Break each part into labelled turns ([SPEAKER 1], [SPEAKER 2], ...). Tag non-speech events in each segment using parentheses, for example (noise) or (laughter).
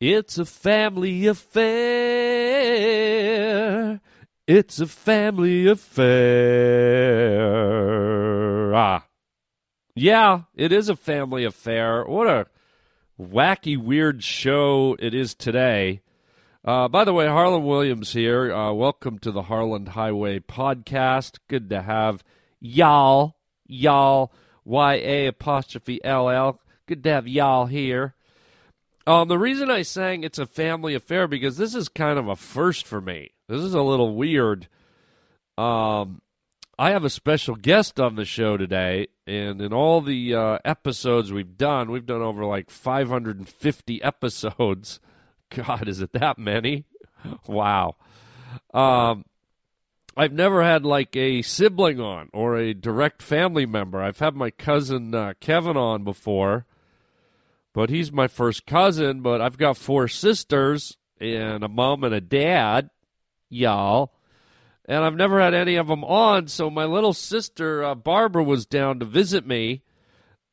[SPEAKER 1] It's a family affair. It's a family affair. Ah. Yeah, it is a family affair. What a wacky, weird show it is today. Uh, by the way, Harlan Williams here. Uh, welcome to the Harlan Highway podcast. Good to have y'all, y'all, Y A apostrophe L L. Good to have y'all here. Um, the reason I sang it's a family affair because this is kind of a first for me. This is a little weird. Um, I have a special guest on the show today, and in all the uh, episodes we've done, we've done over like 550 episodes. (laughs) God, is it that many? (laughs) Wow. Um, I've never had like a sibling on or a direct family member. I've had my cousin uh, Kevin on before, but he's my first cousin. But I've got four sisters and a mom and a dad, y'all. And I've never had any of them on. So my little sister uh, Barbara was down to visit me,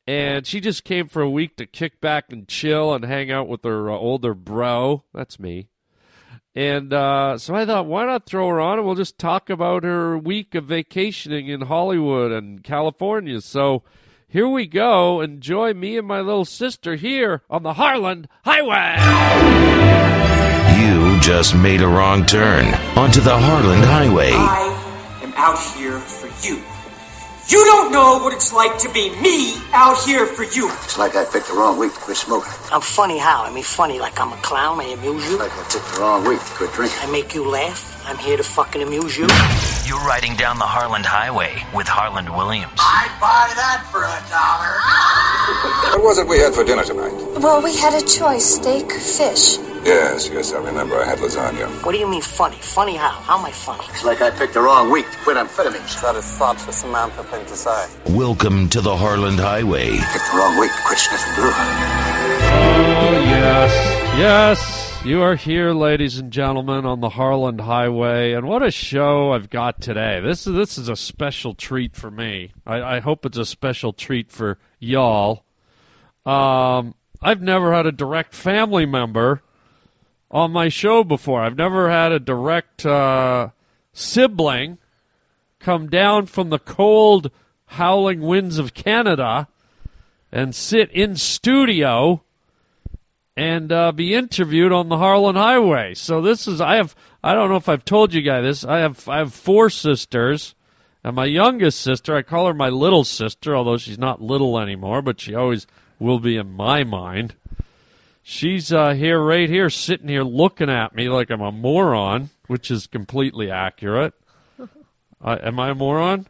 [SPEAKER 1] and she just came for a week to kick back and chill and hang out with her uh, older bro. That's me. And uh, so I thought, why not throw her on and we'll just talk about her week of vacationing in Hollywood and California. So here we go. Enjoy me and my little sister here on the Harland Highway.
[SPEAKER 2] You just made a wrong turn onto the Harland Highway.
[SPEAKER 3] I am out here for you. You don't know what it's like to be me out here for you.
[SPEAKER 4] It's like I picked the wrong week to quit smoking.
[SPEAKER 5] I'm funny how? I mean, funny like I'm a clown, I amuse
[SPEAKER 4] It's
[SPEAKER 5] you,
[SPEAKER 4] like I picked the wrong week to quit drinking.
[SPEAKER 5] I make you laugh, I'm here to fucking amuse you.
[SPEAKER 6] You're riding down the Harland Highway with Harland Williams.
[SPEAKER 7] What was it we had for dinner tonight?
[SPEAKER 8] Well, we had a choice steak, fish.
[SPEAKER 7] Yes, yes, I remember I had lasagna.
[SPEAKER 5] What do you mean funny? Funny how? How am I funny?
[SPEAKER 4] It's like I picked the wrong week to quit amphetamines.
[SPEAKER 9] That is such a Samantha thing to say.
[SPEAKER 2] Welcome to the Harland Highway.
[SPEAKER 4] I picked the wrong week to quit sniffing glue.
[SPEAKER 1] Oh, yes. Yes. You are here, ladies and gentlemen, on the Harland Highway. And what a show I've got today. This is, this is a special treat for me. I, I hope it's a special treat for y'all. Um, I've never had a direct family member on my show before. I've never had a direct uh, sibling come down from the cold, howling winds of Canada and sit in studio and uh, be interviewed on the Harlan Highway. So this is I have I don't know if I've told you guys this. I have I have four sisters, and my youngest sister I call her my little sister, although she's not little anymore, but she always will be in my mind. She's uh, here right here, sitting here looking at me like I'm a moron, which is completely accurate. I am I a moron?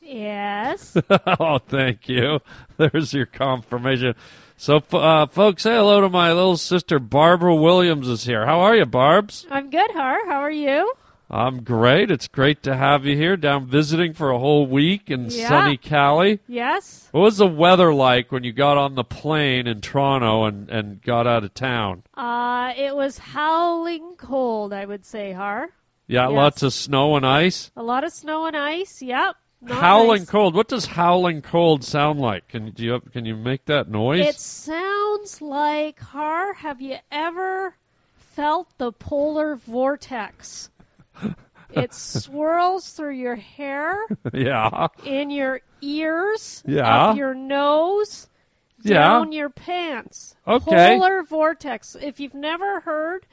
[SPEAKER 10] Yes.
[SPEAKER 1] (laughs) oh, thank you. (laughs) There's your confirmation. So, f- uh, folks, say hello to my little sister Barbara Williams is here. How are you, Barb's?
[SPEAKER 10] I'm good, Har. How are you?
[SPEAKER 1] I'm great. It's great to have you here. Down visiting for a whole week in
[SPEAKER 10] Yeah.
[SPEAKER 1] sunny Cali.
[SPEAKER 10] Yes.
[SPEAKER 1] What was the weather like when you got on the plane in Toronto and, and got out of town?
[SPEAKER 10] Uh, it was howling cold, I would say, Har.
[SPEAKER 1] Yeah,
[SPEAKER 10] Yes.
[SPEAKER 1] lots of snow and ice.
[SPEAKER 10] A lot of snow and ice. Yep. Not
[SPEAKER 1] howling
[SPEAKER 10] nice.
[SPEAKER 1] cold. What does howling cold sound like? Can do you can you make that noise?
[SPEAKER 10] It sounds like, Har, have you ever felt the polar
[SPEAKER 1] (laughs)
[SPEAKER 10] vortex? It swirls through your hair,
[SPEAKER 1] (laughs) yeah,
[SPEAKER 10] in your ears,
[SPEAKER 1] Yeah.
[SPEAKER 10] up your nose,
[SPEAKER 1] yeah.
[SPEAKER 10] down your pants.
[SPEAKER 1] Okay.
[SPEAKER 10] Polar vortex. If you've never heard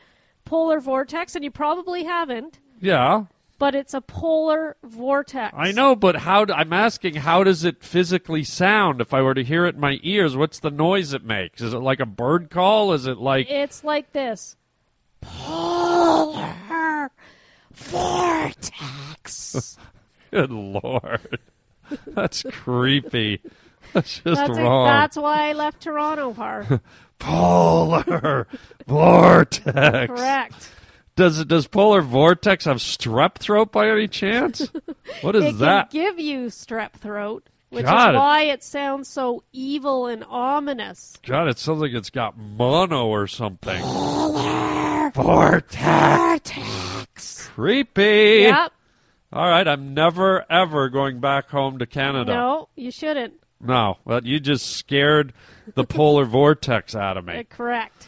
[SPEAKER 10] polar vortex, and you probably haven't,
[SPEAKER 1] Yeah.
[SPEAKER 10] but it's a polar vortex.
[SPEAKER 1] I know, but how? d I'm asking, how does it physically sound? If I were to hear it in my ears, what's the noise it makes? Is it like a bird call? Is it like
[SPEAKER 10] It's like this. Polar vortex.
[SPEAKER 1] Good Lord, (laughs) that's creepy. That's just
[SPEAKER 10] That's, it.
[SPEAKER 1] wrong.
[SPEAKER 10] that's why I left Toronto,
[SPEAKER 1] (laughs)
[SPEAKER 10] Har.
[SPEAKER 1] Polar (laughs) vortex.
[SPEAKER 10] Correct.
[SPEAKER 1] Does it? Does polar vortex have strep throat by any chance? What is
[SPEAKER 10] (laughs) it can
[SPEAKER 1] that?
[SPEAKER 10] give you strep throat, which
[SPEAKER 1] God.
[SPEAKER 10] is why it sounds so evil and ominous.
[SPEAKER 1] God, it sounds like it's got mono or something. vortex. Creepy.
[SPEAKER 10] Yep.
[SPEAKER 1] All right, I'm never ever going back home to Canada.
[SPEAKER 10] No, you shouldn't.
[SPEAKER 1] No, well, you just scared the polar vortex out of
[SPEAKER 10] Uh,
[SPEAKER 1] me.
[SPEAKER 10] correct.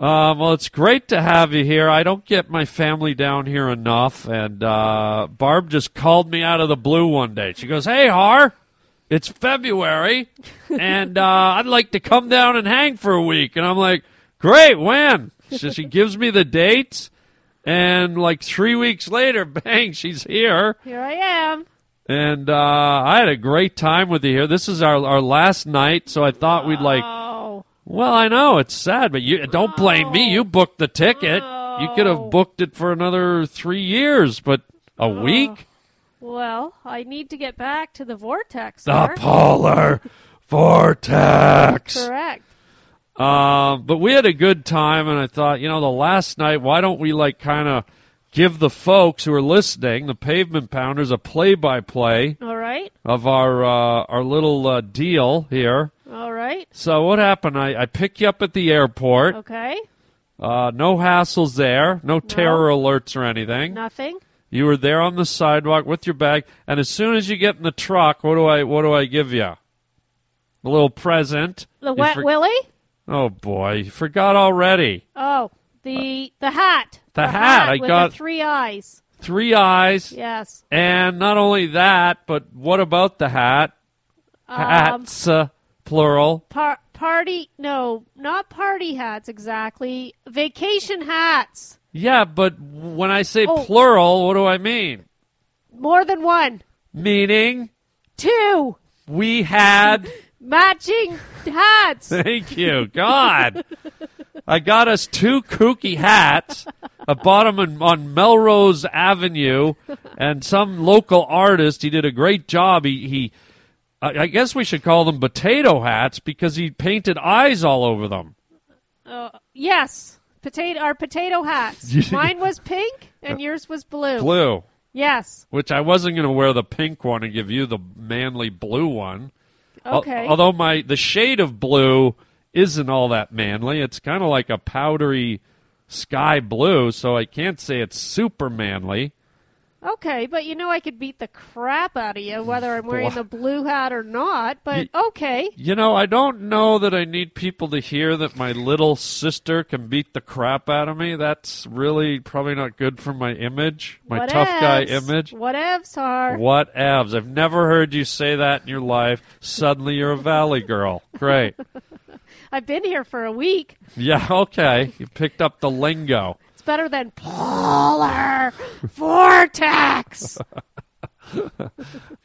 [SPEAKER 1] Um, well, it's great to have you here. I don't get my family down here enough, and uh, Barb just called me out of the blue one day. She goes, "Hey, Har, it's February, and uh, I'd like to come down and hang for a week." And I'm like, "Great, when?" So she gives me the dates, and like three weeks later, (laughs) bang, she's here.
[SPEAKER 10] Here I am.
[SPEAKER 1] And uh, I had a great time with you here. This is our our last night, so I thought we'd like
[SPEAKER 10] Oh,
[SPEAKER 1] well, I know it's sad, but you don't blame me. You booked the ticket. You could have booked it for another three years, but a week.
[SPEAKER 10] well, I need to get back to the vortex.
[SPEAKER 1] The
[SPEAKER 10] sir.
[SPEAKER 1] polar (laughs) vortex.
[SPEAKER 10] Correct.
[SPEAKER 1] Um, but we had a good time, and I thought, you know, the last night, why don't we like kind of give the folks who are listening, the pavement pounders, a play-by-play
[SPEAKER 10] All right.
[SPEAKER 1] of our uh, our little uh, deal here.
[SPEAKER 10] All right.
[SPEAKER 1] So what happened? I, I pick you up at the airport.
[SPEAKER 10] Okay.
[SPEAKER 1] Uh, no hassles there. No terror alerts or anything.
[SPEAKER 10] Nothing.
[SPEAKER 1] You were there on the sidewalk with your bag, and as soon as you get in the truck, what do I what do I give you? A little present.
[SPEAKER 10] The
[SPEAKER 1] You
[SPEAKER 10] wet
[SPEAKER 1] for-
[SPEAKER 10] willy.
[SPEAKER 1] Oh boy, you forgot already.
[SPEAKER 10] Oh, the the hat.
[SPEAKER 1] The hat, I
[SPEAKER 10] with
[SPEAKER 1] got-
[SPEAKER 10] the three eyes.
[SPEAKER 1] Three eyes,
[SPEAKER 10] Yes.
[SPEAKER 1] and not only that, but what about the hat? Hats,
[SPEAKER 10] Um.
[SPEAKER 1] uh, plural.
[SPEAKER 10] Par- party? No, not party hats exactly. Vacation hats.
[SPEAKER 1] Yeah, but when I say
[SPEAKER 10] Oh.
[SPEAKER 1] plural, what do I mean?
[SPEAKER 10] More than one.
[SPEAKER 1] Meaning
[SPEAKER 10] Two
[SPEAKER 1] we had (laughs)
[SPEAKER 10] matching hats.
[SPEAKER 1] Thank you. God. I got us two kooky hats. I bought them in, on Melrose Avenue, and some local artist. He did a great job. He, he I, I guess we should call them potato hats because he painted eyes all over them.
[SPEAKER 10] Yes. Potato our
[SPEAKER 1] (laughs)
[SPEAKER 10] potato hats. Mine was pink and yours was blue.
[SPEAKER 1] Blue,
[SPEAKER 10] Yes.
[SPEAKER 1] which I wasn't going to wear the pink one and give you the manly blue one. Al-
[SPEAKER 10] Okay.
[SPEAKER 1] although my the shade of blue isn't all that manly. It's kind of like a powdery sky blue, so I can't say it's super manly.
[SPEAKER 10] okay, but you know I could beat the crap out of
[SPEAKER 1] Mm,
[SPEAKER 10] you whether I'm wearing the blue hat or not, but okay.
[SPEAKER 1] You know, I don't know that I need people to hear that my little sister can beat the crap out of me. That's really probably not good for my image, my
[SPEAKER 10] Whatevs.
[SPEAKER 1] tough guy image.
[SPEAKER 10] Whatevs are.
[SPEAKER 1] What abs? I've never heard you say that in your life. Suddenly you're a valley girl. Great.
[SPEAKER 10] I've been here for a week.
[SPEAKER 1] Yeah, okay. You picked up the lingo.
[SPEAKER 10] It's better than
[SPEAKER 1] (laughs)
[SPEAKER 10] polar vortex.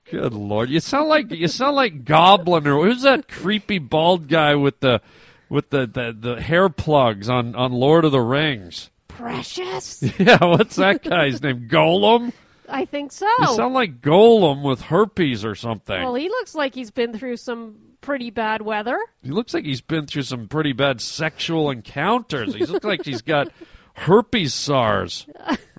[SPEAKER 1] Good lord, you sound like you sound like Goblin or who's that creepy bald guy with the with the, the, the hair plugs on, on Lord of the Rings? (laughs)
[SPEAKER 10] Precious?
[SPEAKER 1] Yeah, what's that guy's name? Golem?
[SPEAKER 10] I think
[SPEAKER 1] You
[SPEAKER 10] so.
[SPEAKER 1] sound like Golem with herpes or something.
[SPEAKER 10] Well, he looks like he's been through some pretty bad weather.
[SPEAKER 1] he looks like he's been through some pretty bad sexual encounters. He looks like he's got herpes SARS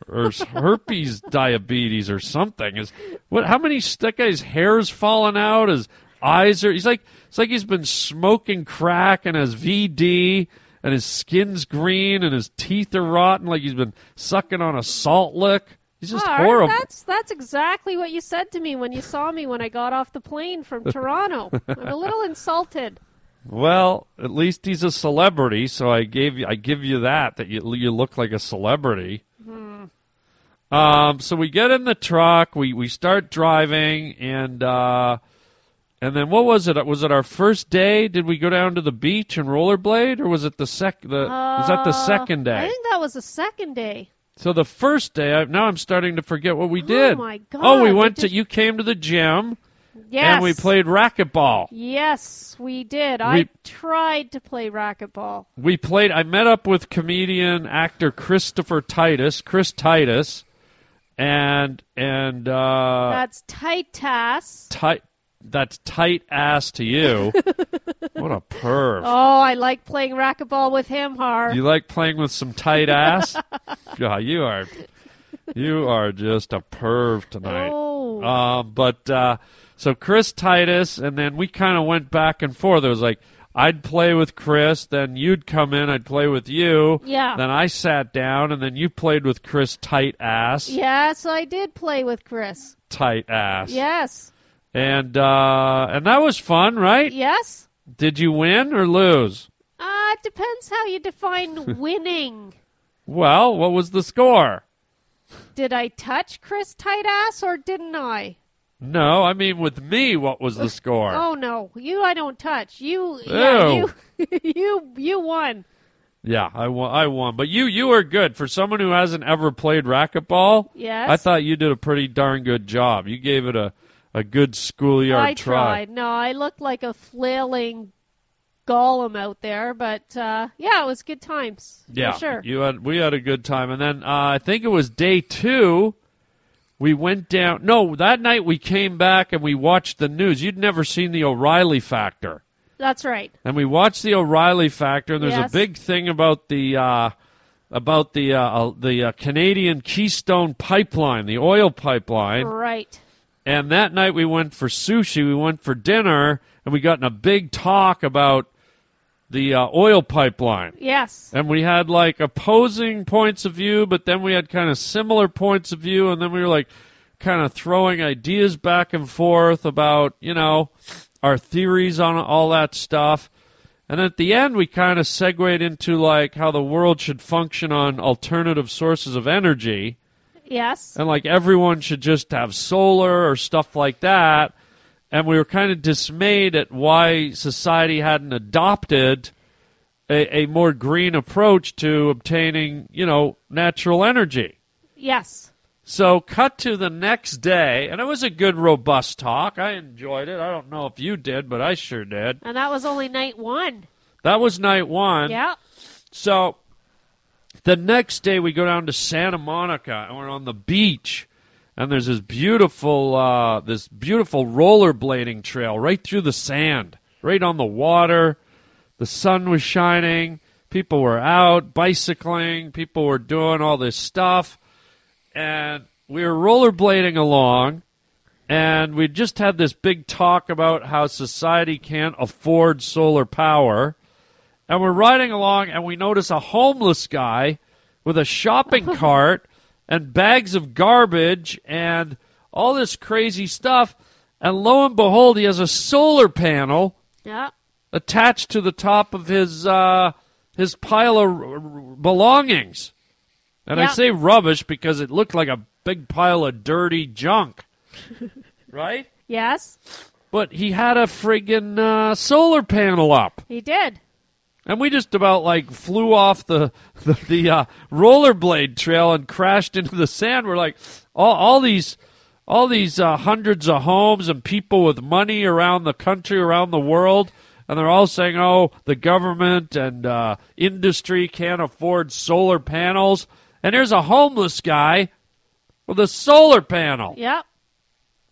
[SPEAKER 1] or s- herpes diabetes or something. Is what? How many s- that guy's hair's falling out? His eyes are. He's like it's like he's been smoking crack and has VD. And his skin's green, and his teeth are rotten, like he's been sucking on a salt lick. He's just
[SPEAKER 10] Are,
[SPEAKER 1] horrible.
[SPEAKER 10] That's that's exactly what you said to me when you saw me when I got off the
[SPEAKER 1] (laughs)
[SPEAKER 10] plane from Toronto. I'm a little insulted.
[SPEAKER 1] Well, at least he's a celebrity, so I gave you, I give you that that you you look like a celebrity.
[SPEAKER 10] Hmm.
[SPEAKER 1] Um, so we get in the truck, we we start driving, and uh, and then what was it? Was it our first day? Did we go down to the beach and rollerblade, or was it the sec the was that the second
[SPEAKER 10] Uh, I
[SPEAKER 1] day?
[SPEAKER 10] think that was the second day.
[SPEAKER 1] So the first day, I, now I'm starting to forget what we did.
[SPEAKER 10] my
[SPEAKER 1] Oh, we
[SPEAKER 10] God,
[SPEAKER 1] went to
[SPEAKER 10] we did-
[SPEAKER 1] you came to the gym
[SPEAKER 10] Yes.
[SPEAKER 1] and we played racquetball.
[SPEAKER 10] Yes, we did.
[SPEAKER 1] We- Oh.
[SPEAKER 10] I tried to play racquetball.
[SPEAKER 1] we played i met up with comedian actor christopher titus chris titus and and uh
[SPEAKER 10] That's Titus.
[SPEAKER 1] tight that's tight ass to you what a perv
[SPEAKER 10] Oh, I like playing racquetball with him, Har.
[SPEAKER 1] you like playing with some tight
[SPEAKER 10] (laughs)
[SPEAKER 1] ass god you are you are just a perv tonight
[SPEAKER 10] Oh.
[SPEAKER 1] Um, but uh, so Chris Titus, and then we kind of went back and forth. It was like I'd play with Chris, then you'd come in, I'd play with you.
[SPEAKER 10] Yeah.
[SPEAKER 1] Then I sat down, and then you played with Chris tight ass,
[SPEAKER 10] Yes, I did play with Chris.
[SPEAKER 1] tight ass.
[SPEAKER 10] Yes.
[SPEAKER 1] And uh, and that was fun, right?
[SPEAKER 10] Yes.
[SPEAKER 1] Did you win or lose?
[SPEAKER 10] Uh, it depends how you
[SPEAKER 1] (laughs)
[SPEAKER 10] define winning.
[SPEAKER 1] Well, what was the score?
[SPEAKER 10] Did I touch Chris Tightass or didn't I?
[SPEAKER 1] No, I mean with me, what was the score?
[SPEAKER 10] Oh no, you I don't touch. You yeah,
[SPEAKER 1] Ew.
[SPEAKER 10] you (laughs) you you won.
[SPEAKER 1] Yeah, I won. I won. But you, you are good for someone who hasn't ever played racquetball.
[SPEAKER 10] Yes.
[SPEAKER 1] I thought you did a pretty darn good job. You gave it a, a good schoolyard
[SPEAKER 10] I
[SPEAKER 1] try.
[SPEAKER 10] tried. No, I looked like a flailing golem out there, but uh, yeah, it was good times.
[SPEAKER 1] Yeah,
[SPEAKER 10] for sure.
[SPEAKER 1] You had we had a good time, and then uh, I think it was day two. We went down. No, that night we came back and we watched the news. You'd never seen the O'Reilly Factor,
[SPEAKER 10] That's right.
[SPEAKER 1] and we watched the O'Reilly Factor. And there's
[SPEAKER 10] Yes.
[SPEAKER 1] a big thing about the uh, about the uh, uh, the uh, Canadian Keystone Pipeline, the oil pipeline.
[SPEAKER 10] Right.
[SPEAKER 1] And that night we went for sushi, we went for dinner, and we got in a big talk about the uh, oil pipeline.
[SPEAKER 10] Yes.
[SPEAKER 1] And we had like opposing points of view, but then we had kind of similar points of view, and then we were like kind of throwing ideas back and forth about, you know, our theories on all that stuff. And at the end, we kind of segued into like how the world should function on alternative sources of energy
[SPEAKER 10] Yes.
[SPEAKER 1] and like everyone should just have solar or stuff like that. And we were kind of dismayed at why society hadn't adopted a, a more green approach to obtaining, you know, natural energy.
[SPEAKER 10] Yes.
[SPEAKER 1] So, cut to the next day, and it was a good, robust talk. I enjoyed it. I don't know if you did, but I sure did.
[SPEAKER 10] And that was only night one.
[SPEAKER 1] That was night one.
[SPEAKER 10] Yeah.
[SPEAKER 1] So the next day we go down to Santa Monica and we're on the beach and there's this beautiful uh, this beautiful rollerblading trail right through the sand, right on the water. The sun was shining, people were out bicycling, people were doing all this stuff and we were rollerblading along and we just had this big talk about how society can't afford solar power and we're riding along and we notice a homeless guy with a shopping cart and bags of garbage and all this crazy stuff and lo and behold he has a solar panel
[SPEAKER 10] Yeah.
[SPEAKER 1] attached to the top of his uh, his pile of r- r- belongings and
[SPEAKER 10] Yeah.
[SPEAKER 1] i say rubbish because it looked like a big pile of dirty junk right
[SPEAKER 10] Yes.
[SPEAKER 1] but he had a friggin' uh, solar panel up
[SPEAKER 10] He did.
[SPEAKER 1] and we just about like flew off the the, the uh, rollerblade trail and crashed into the sand. We're like, all, all these all these uh, hundreds of homes and people with money around the country, around the world, and they're all saying, "Oh, the government and uh, industry can't afford solar panels." And here's a homeless guy with a solar panel.
[SPEAKER 10] Yeah.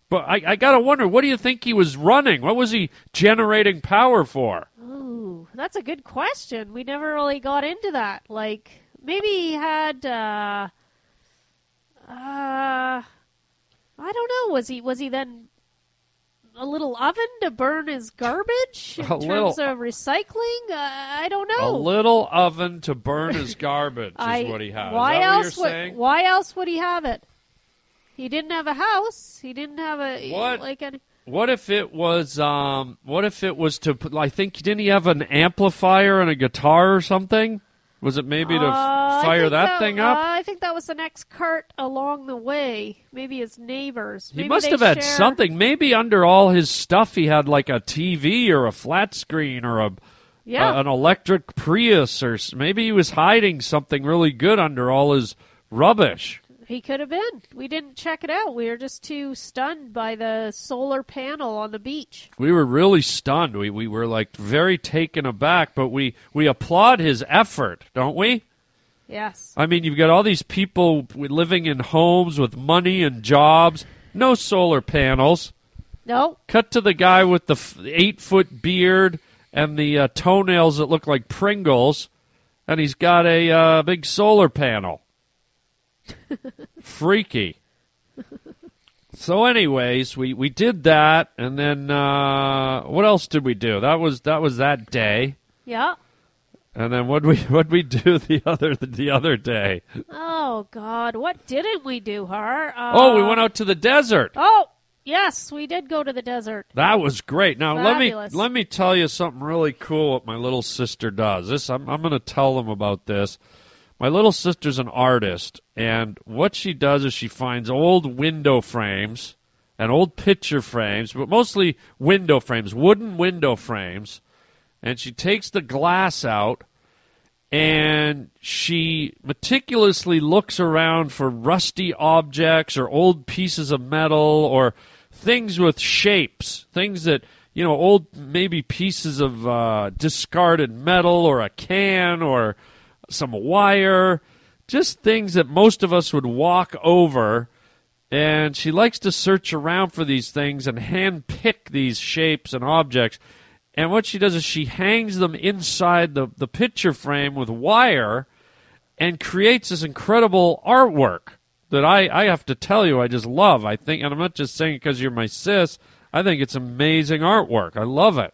[SPEAKER 1] But I, I gotta wonder, what do you think he was running? What was he generating power for?
[SPEAKER 10] Ooh, that's a good question. We never really got into that. Like maybe he had uh uh I don't know, was he was he then a little oven to burn his garbage in
[SPEAKER 1] A
[SPEAKER 10] terms
[SPEAKER 1] little-
[SPEAKER 10] of recycling? Uh, I don't
[SPEAKER 1] A
[SPEAKER 10] know.
[SPEAKER 1] little oven to
[SPEAKER 10] (laughs)
[SPEAKER 1] burn his garbage
[SPEAKER 10] I,
[SPEAKER 1] is what he had. Is
[SPEAKER 10] Why
[SPEAKER 1] that what
[SPEAKER 10] else
[SPEAKER 1] you're
[SPEAKER 10] would
[SPEAKER 1] saying?
[SPEAKER 10] why else would he have it? He didn't have a house. He didn't have a
[SPEAKER 1] What?
[SPEAKER 10] like any
[SPEAKER 1] What if it was? Um, what if it was to? put- I think didn't he have an amplifier and a guitar or something? Was it maybe to f-
[SPEAKER 10] Uh, I
[SPEAKER 1] fire
[SPEAKER 10] think
[SPEAKER 1] that, thing up?
[SPEAKER 10] uh, I think that was the next cart along the way. Maybe his neighbors.
[SPEAKER 1] he
[SPEAKER 10] Maybe
[SPEAKER 1] must
[SPEAKER 10] they
[SPEAKER 1] have had
[SPEAKER 10] share-
[SPEAKER 1] something. Maybe under all his stuff, he had like a TV or a flat screen or a
[SPEAKER 10] Yeah.
[SPEAKER 1] a- an electric Prius or s- maybe he was hiding something really good under all his rubbish.
[SPEAKER 10] He could have been. We didn't check it out. We were just too stunned by the solar panel on the beach.
[SPEAKER 1] we were really stunned. We we were like very taken aback, but we we applaud his effort, don't we?
[SPEAKER 10] Yes.
[SPEAKER 1] I mean, you've got all these people w- living in homes with money and jobs, no solar panels.
[SPEAKER 10] No.
[SPEAKER 1] Cut to the guy with the f- eight foot beard and the uh, toenails that look like Pringles, and he's got a uh, big solar panel. Freaky. So, anyways, we, we did that, and then uh, what else did we do? That was that was that day,
[SPEAKER 10] Yeah.
[SPEAKER 1] and then what we (laughs) what we do the other the other day?
[SPEAKER 10] Oh God, what didn't we do, Har? Uh,
[SPEAKER 1] Oh, we went out to the desert.
[SPEAKER 10] Oh, Yes, we did go to the desert.
[SPEAKER 1] That was great. Now let
[SPEAKER 10] Fabulous.
[SPEAKER 1] me let me tell you something really cool. What my little sister does. This I'm I'm going to tell them about this. My little sister's an artist, and what she does is she finds old window frames and old picture frames, but mostly window frames, wooden window frames, and she takes the glass out and she meticulously looks around for rusty objects or old pieces of metal or things with shapes, things that you know, old maybe pieces of uh, discarded metal or a can or some wire, just things that most of us would walk over. And she likes to search around for these things and hand pick these shapes and objects. And what she does is she hangs them inside the, the picture frame with wire and creates this incredible artwork that I, I have to tell you I just love. I think, and I'm not just saying it because you're my sis, I think it's amazing artwork. I love it.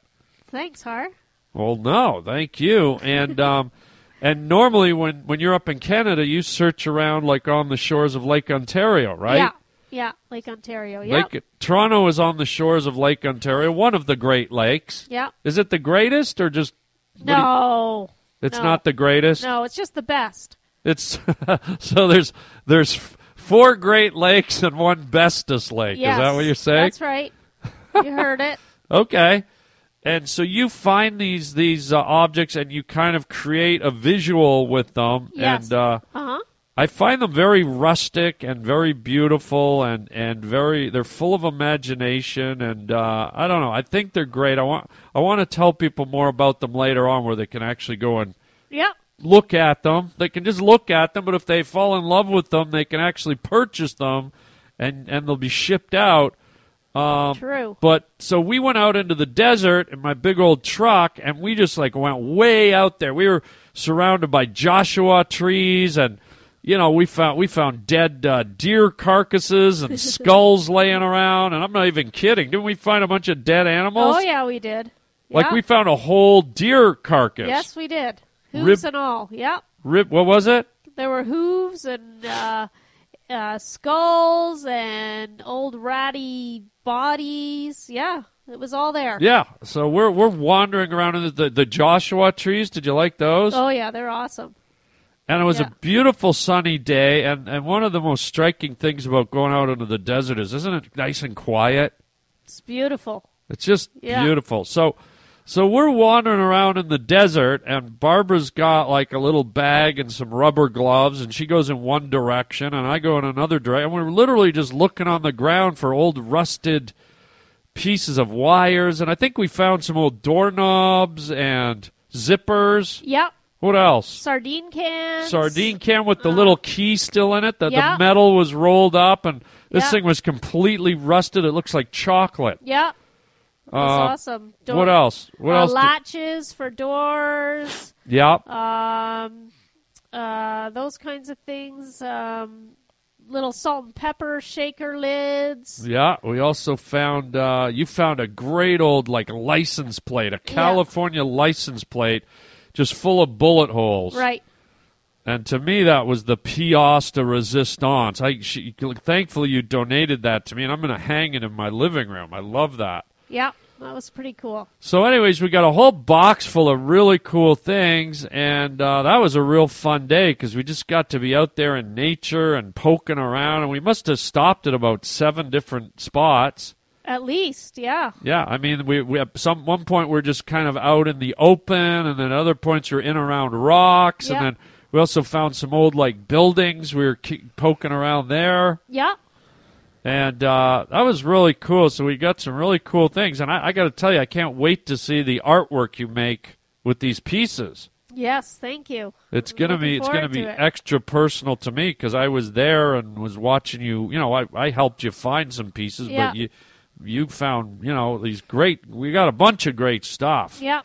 [SPEAKER 10] Thanks, Har.
[SPEAKER 1] Well, no, thank you. And um, (laughs) and normally when, when you're up in Canada, you search around like on the shores of Lake Ontario, right?
[SPEAKER 10] Yeah, yeah, Lake Ontario. Yeah,
[SPEAKER 1] Lake Toronto is on the shores of Lake Ontario, one of the Great Lakes.
[SPEAKER 10] yeah.
[SPEAKER 1] Is it the greatest or just
[SPEAKER 10] No,
[SPEAKER 1] it's
[SPEAKER 10] No.
[SPEAKER 1] not the greatest?
[SPEAKER 10] no, it's just the best.
[SPEAKER 1] It's (laughs) so there's there's f- four Great Lakes and one bestest lake.
[SPEAKER 10] Yes,
[SPEAKER 1] Is that what you're saying?
[SPEAKER 10] That's right. You
[SPEAKER 1] (laughs)
[SPEAKER 10] heard it.
[SPEAKER 1] Okay. And so you find these these uh, objects and you kind of create a visual with them
[SPEAKER 10] Yes.
[SPEAKER 1] and uh,
[SPEAKER 10] Uh huh.
[SPEAKER 1] I find them very rustic and very beautiful and, and very they're full of imagination and uh, I don't know I think they're great I want I want to tell people more about them later on where they can actually go and
[SPEAKER 10] Yep.
[SPEAKER 1] look at them. They can just look at them, but if they fall in love with them, they can actually purchase them, and and they'll be shipped out.
[SPEAKER 10] True.
[SPEAKER 1] But so we went out into the desert in my big old truck, and we just like went way out there. We were surrounded by Joshua trees, and you know we found we found dead uh, deer carcasses
[SPEAKER 10] (laughs)
[SPEAKER 1] and skulls laying around. And I'm not even kidding. Didn't we find a bunch of dead animals?
[SPEAKER 10] Oh yeah, we did.
[SPEAKER 1] Like
[SPEAKER 10] Yeah.
[SPEAKER 1] we found a whole deer carcass.
[SPEAKER 10] Yes, we did. Hooves
[SPEAKER 1] Rib-
[SPEAKER 10] and all. Yep.
[SPEAKER 1] Rip, what was it?
[SPEAKER 10] There were hooves and uh, uh, skulls and old ratty bodies. Yeah, it was all there.
[SPEAKER 1] Yeah, so we're we're wandering around in the, the, the Joshua trees. Did you like those?
[SPEAKER 10] Oh yeah, they're awesome.
[SPEAKER 1] and it was
[SPEAKER 10] yeah.
[SPEAKER 1] a beautiful sunny day. And, and one of the most striking things about going out into the desert is, isn't it nice and quiet?
[SPEAKER 10] It's beautiful.
[SPEAKER 1] It's just
[SPEAKER 10] Yeah.
[SPEAKER 1] beautiful. So, so we're wandering around in the desert, and Barbara's got like a little bag and some rubber gloves, and she goes in one direction, and I go in another direction. And we're literally just looking on the ground for old rusted pieces of wires, and I think we found some old doorknobs and zippers.
[SPEAKER 10] Yep.
[SPEAKER 1] What else?
[SPEAKER 10] Sardine cans.
[SPEAKER 1] Sardine can with the little key still in it. The,
[SPEAKER 10] Yeah.
[SPEAKER 1] the metal was rolled up, and this
[SPEAKER 10] Yeah.
[SPEAKER 1] thing was completely rusted. It looks like chocolate.
[SPEAKER 10] Yep. That's awesome. Door-
[SPEAKER 1] Uh, What else? What
[SPEAKER 10] uh,
[SPEAKER 1] else? did-
[SPEAKER 10] Latches for doors.
[SPEAKER 1] Yep.
[SPEAKER 10] Um, uh, those kinds of things. Um, little salt and pepper shaker lids.
[SPEAKER 1] Yeah, we also found uh, you found a great old like license plate, a California license plate, just full of bullet holes.
[SPEAKER 10] Right.
[SPEAKER 1] And to me, that was the pièce de résistance. I she, thankfully you donated that to me, and I'm going to hang it in my living room. I love that.
[SPEAKER 10] Yep. That was pretty cool.
[SPEAKER 1] So, anyways, we got a whole box full of really cool things, and uh, that was a real fun day because we just got to be out there in nature and poking around, and we must have stopped at about seven different spots.
[SPEAKER 10] At least, yeah.
[SPEAKER 1] Yeah, I mean, we we at some one point we're just kind of out in the open, and then other points you're in around rocks,
[SPEAKER 10] Yeah.
[SPEAKER 1] and then we also found some old like buildings. We were ke- poking around there,
[SPEAKER 10] Yep.
[SPEAKER 1] and uh, that was really cool. So we got some really cool things, and I, I got to tell you, I can't wait to see the artwork you make with these pieces.
[SPEAKER 10] Yes. Thank you.
[SPEAKER 1] It's gonna
[SPEAKER 10] Looking
[SPEAKER 1] be it's gonna
[SPEAKER 10] forward
[SPEAKER 1] be
[SPEAKER 10] to it.
[SPEAKER 1] extra personal to me because I was there and was watching you. You know, I, I helped you find some pieces,
[SPEAKER 10] Yeah.
[SPEAKER 1] but you you found you know these great. We got a bunch of great stuff.
[SPEAKER 10] Yep.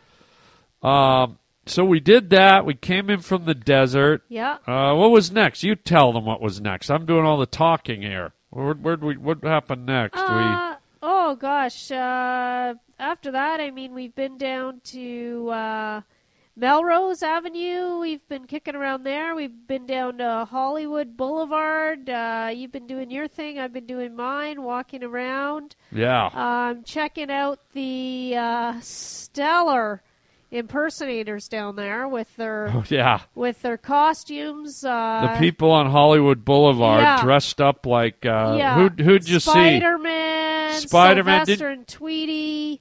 [SPEAKER 1] Um, so we did that. We came in from the desert.
[SPEAKER 10] Yep.
[SPEAKER 1] Uh, what was next? You tell them what was next. I'm doing all the talking here. Where where'd we what happened next?
[SPEAKER 10] Uh, oh gosh. Uh, after that, I mean, we've been down to uh, Melrose Avenue, we've been kicking around there. We've been down to Hollywood Boulevard. Uh, you've been doing your thing. I've been doing mine, walking around.
[SPEAKER 1] Yeah.
[SPEAKER 10] Um, checking out the uh, stellar impersonators down there with their
[SPEAKER 1] (laughs) Oh, yeah.
[SPEAKER 10] with their costumes. Uh,
[SPEAKER 1] The people on Hollywood Boulevard
[SPEAKER 10] yeah.
[SPEAKER 1] dressed up like uh,
[SPEAKER 10] yeah.
[SPEAKER 1] who'd who'd you see?
[SPEAKER 10] Spider-Man,
[SPEAKER 1] Spider-Man, did-
[SPEAKER 10] Sylvester and Tweety,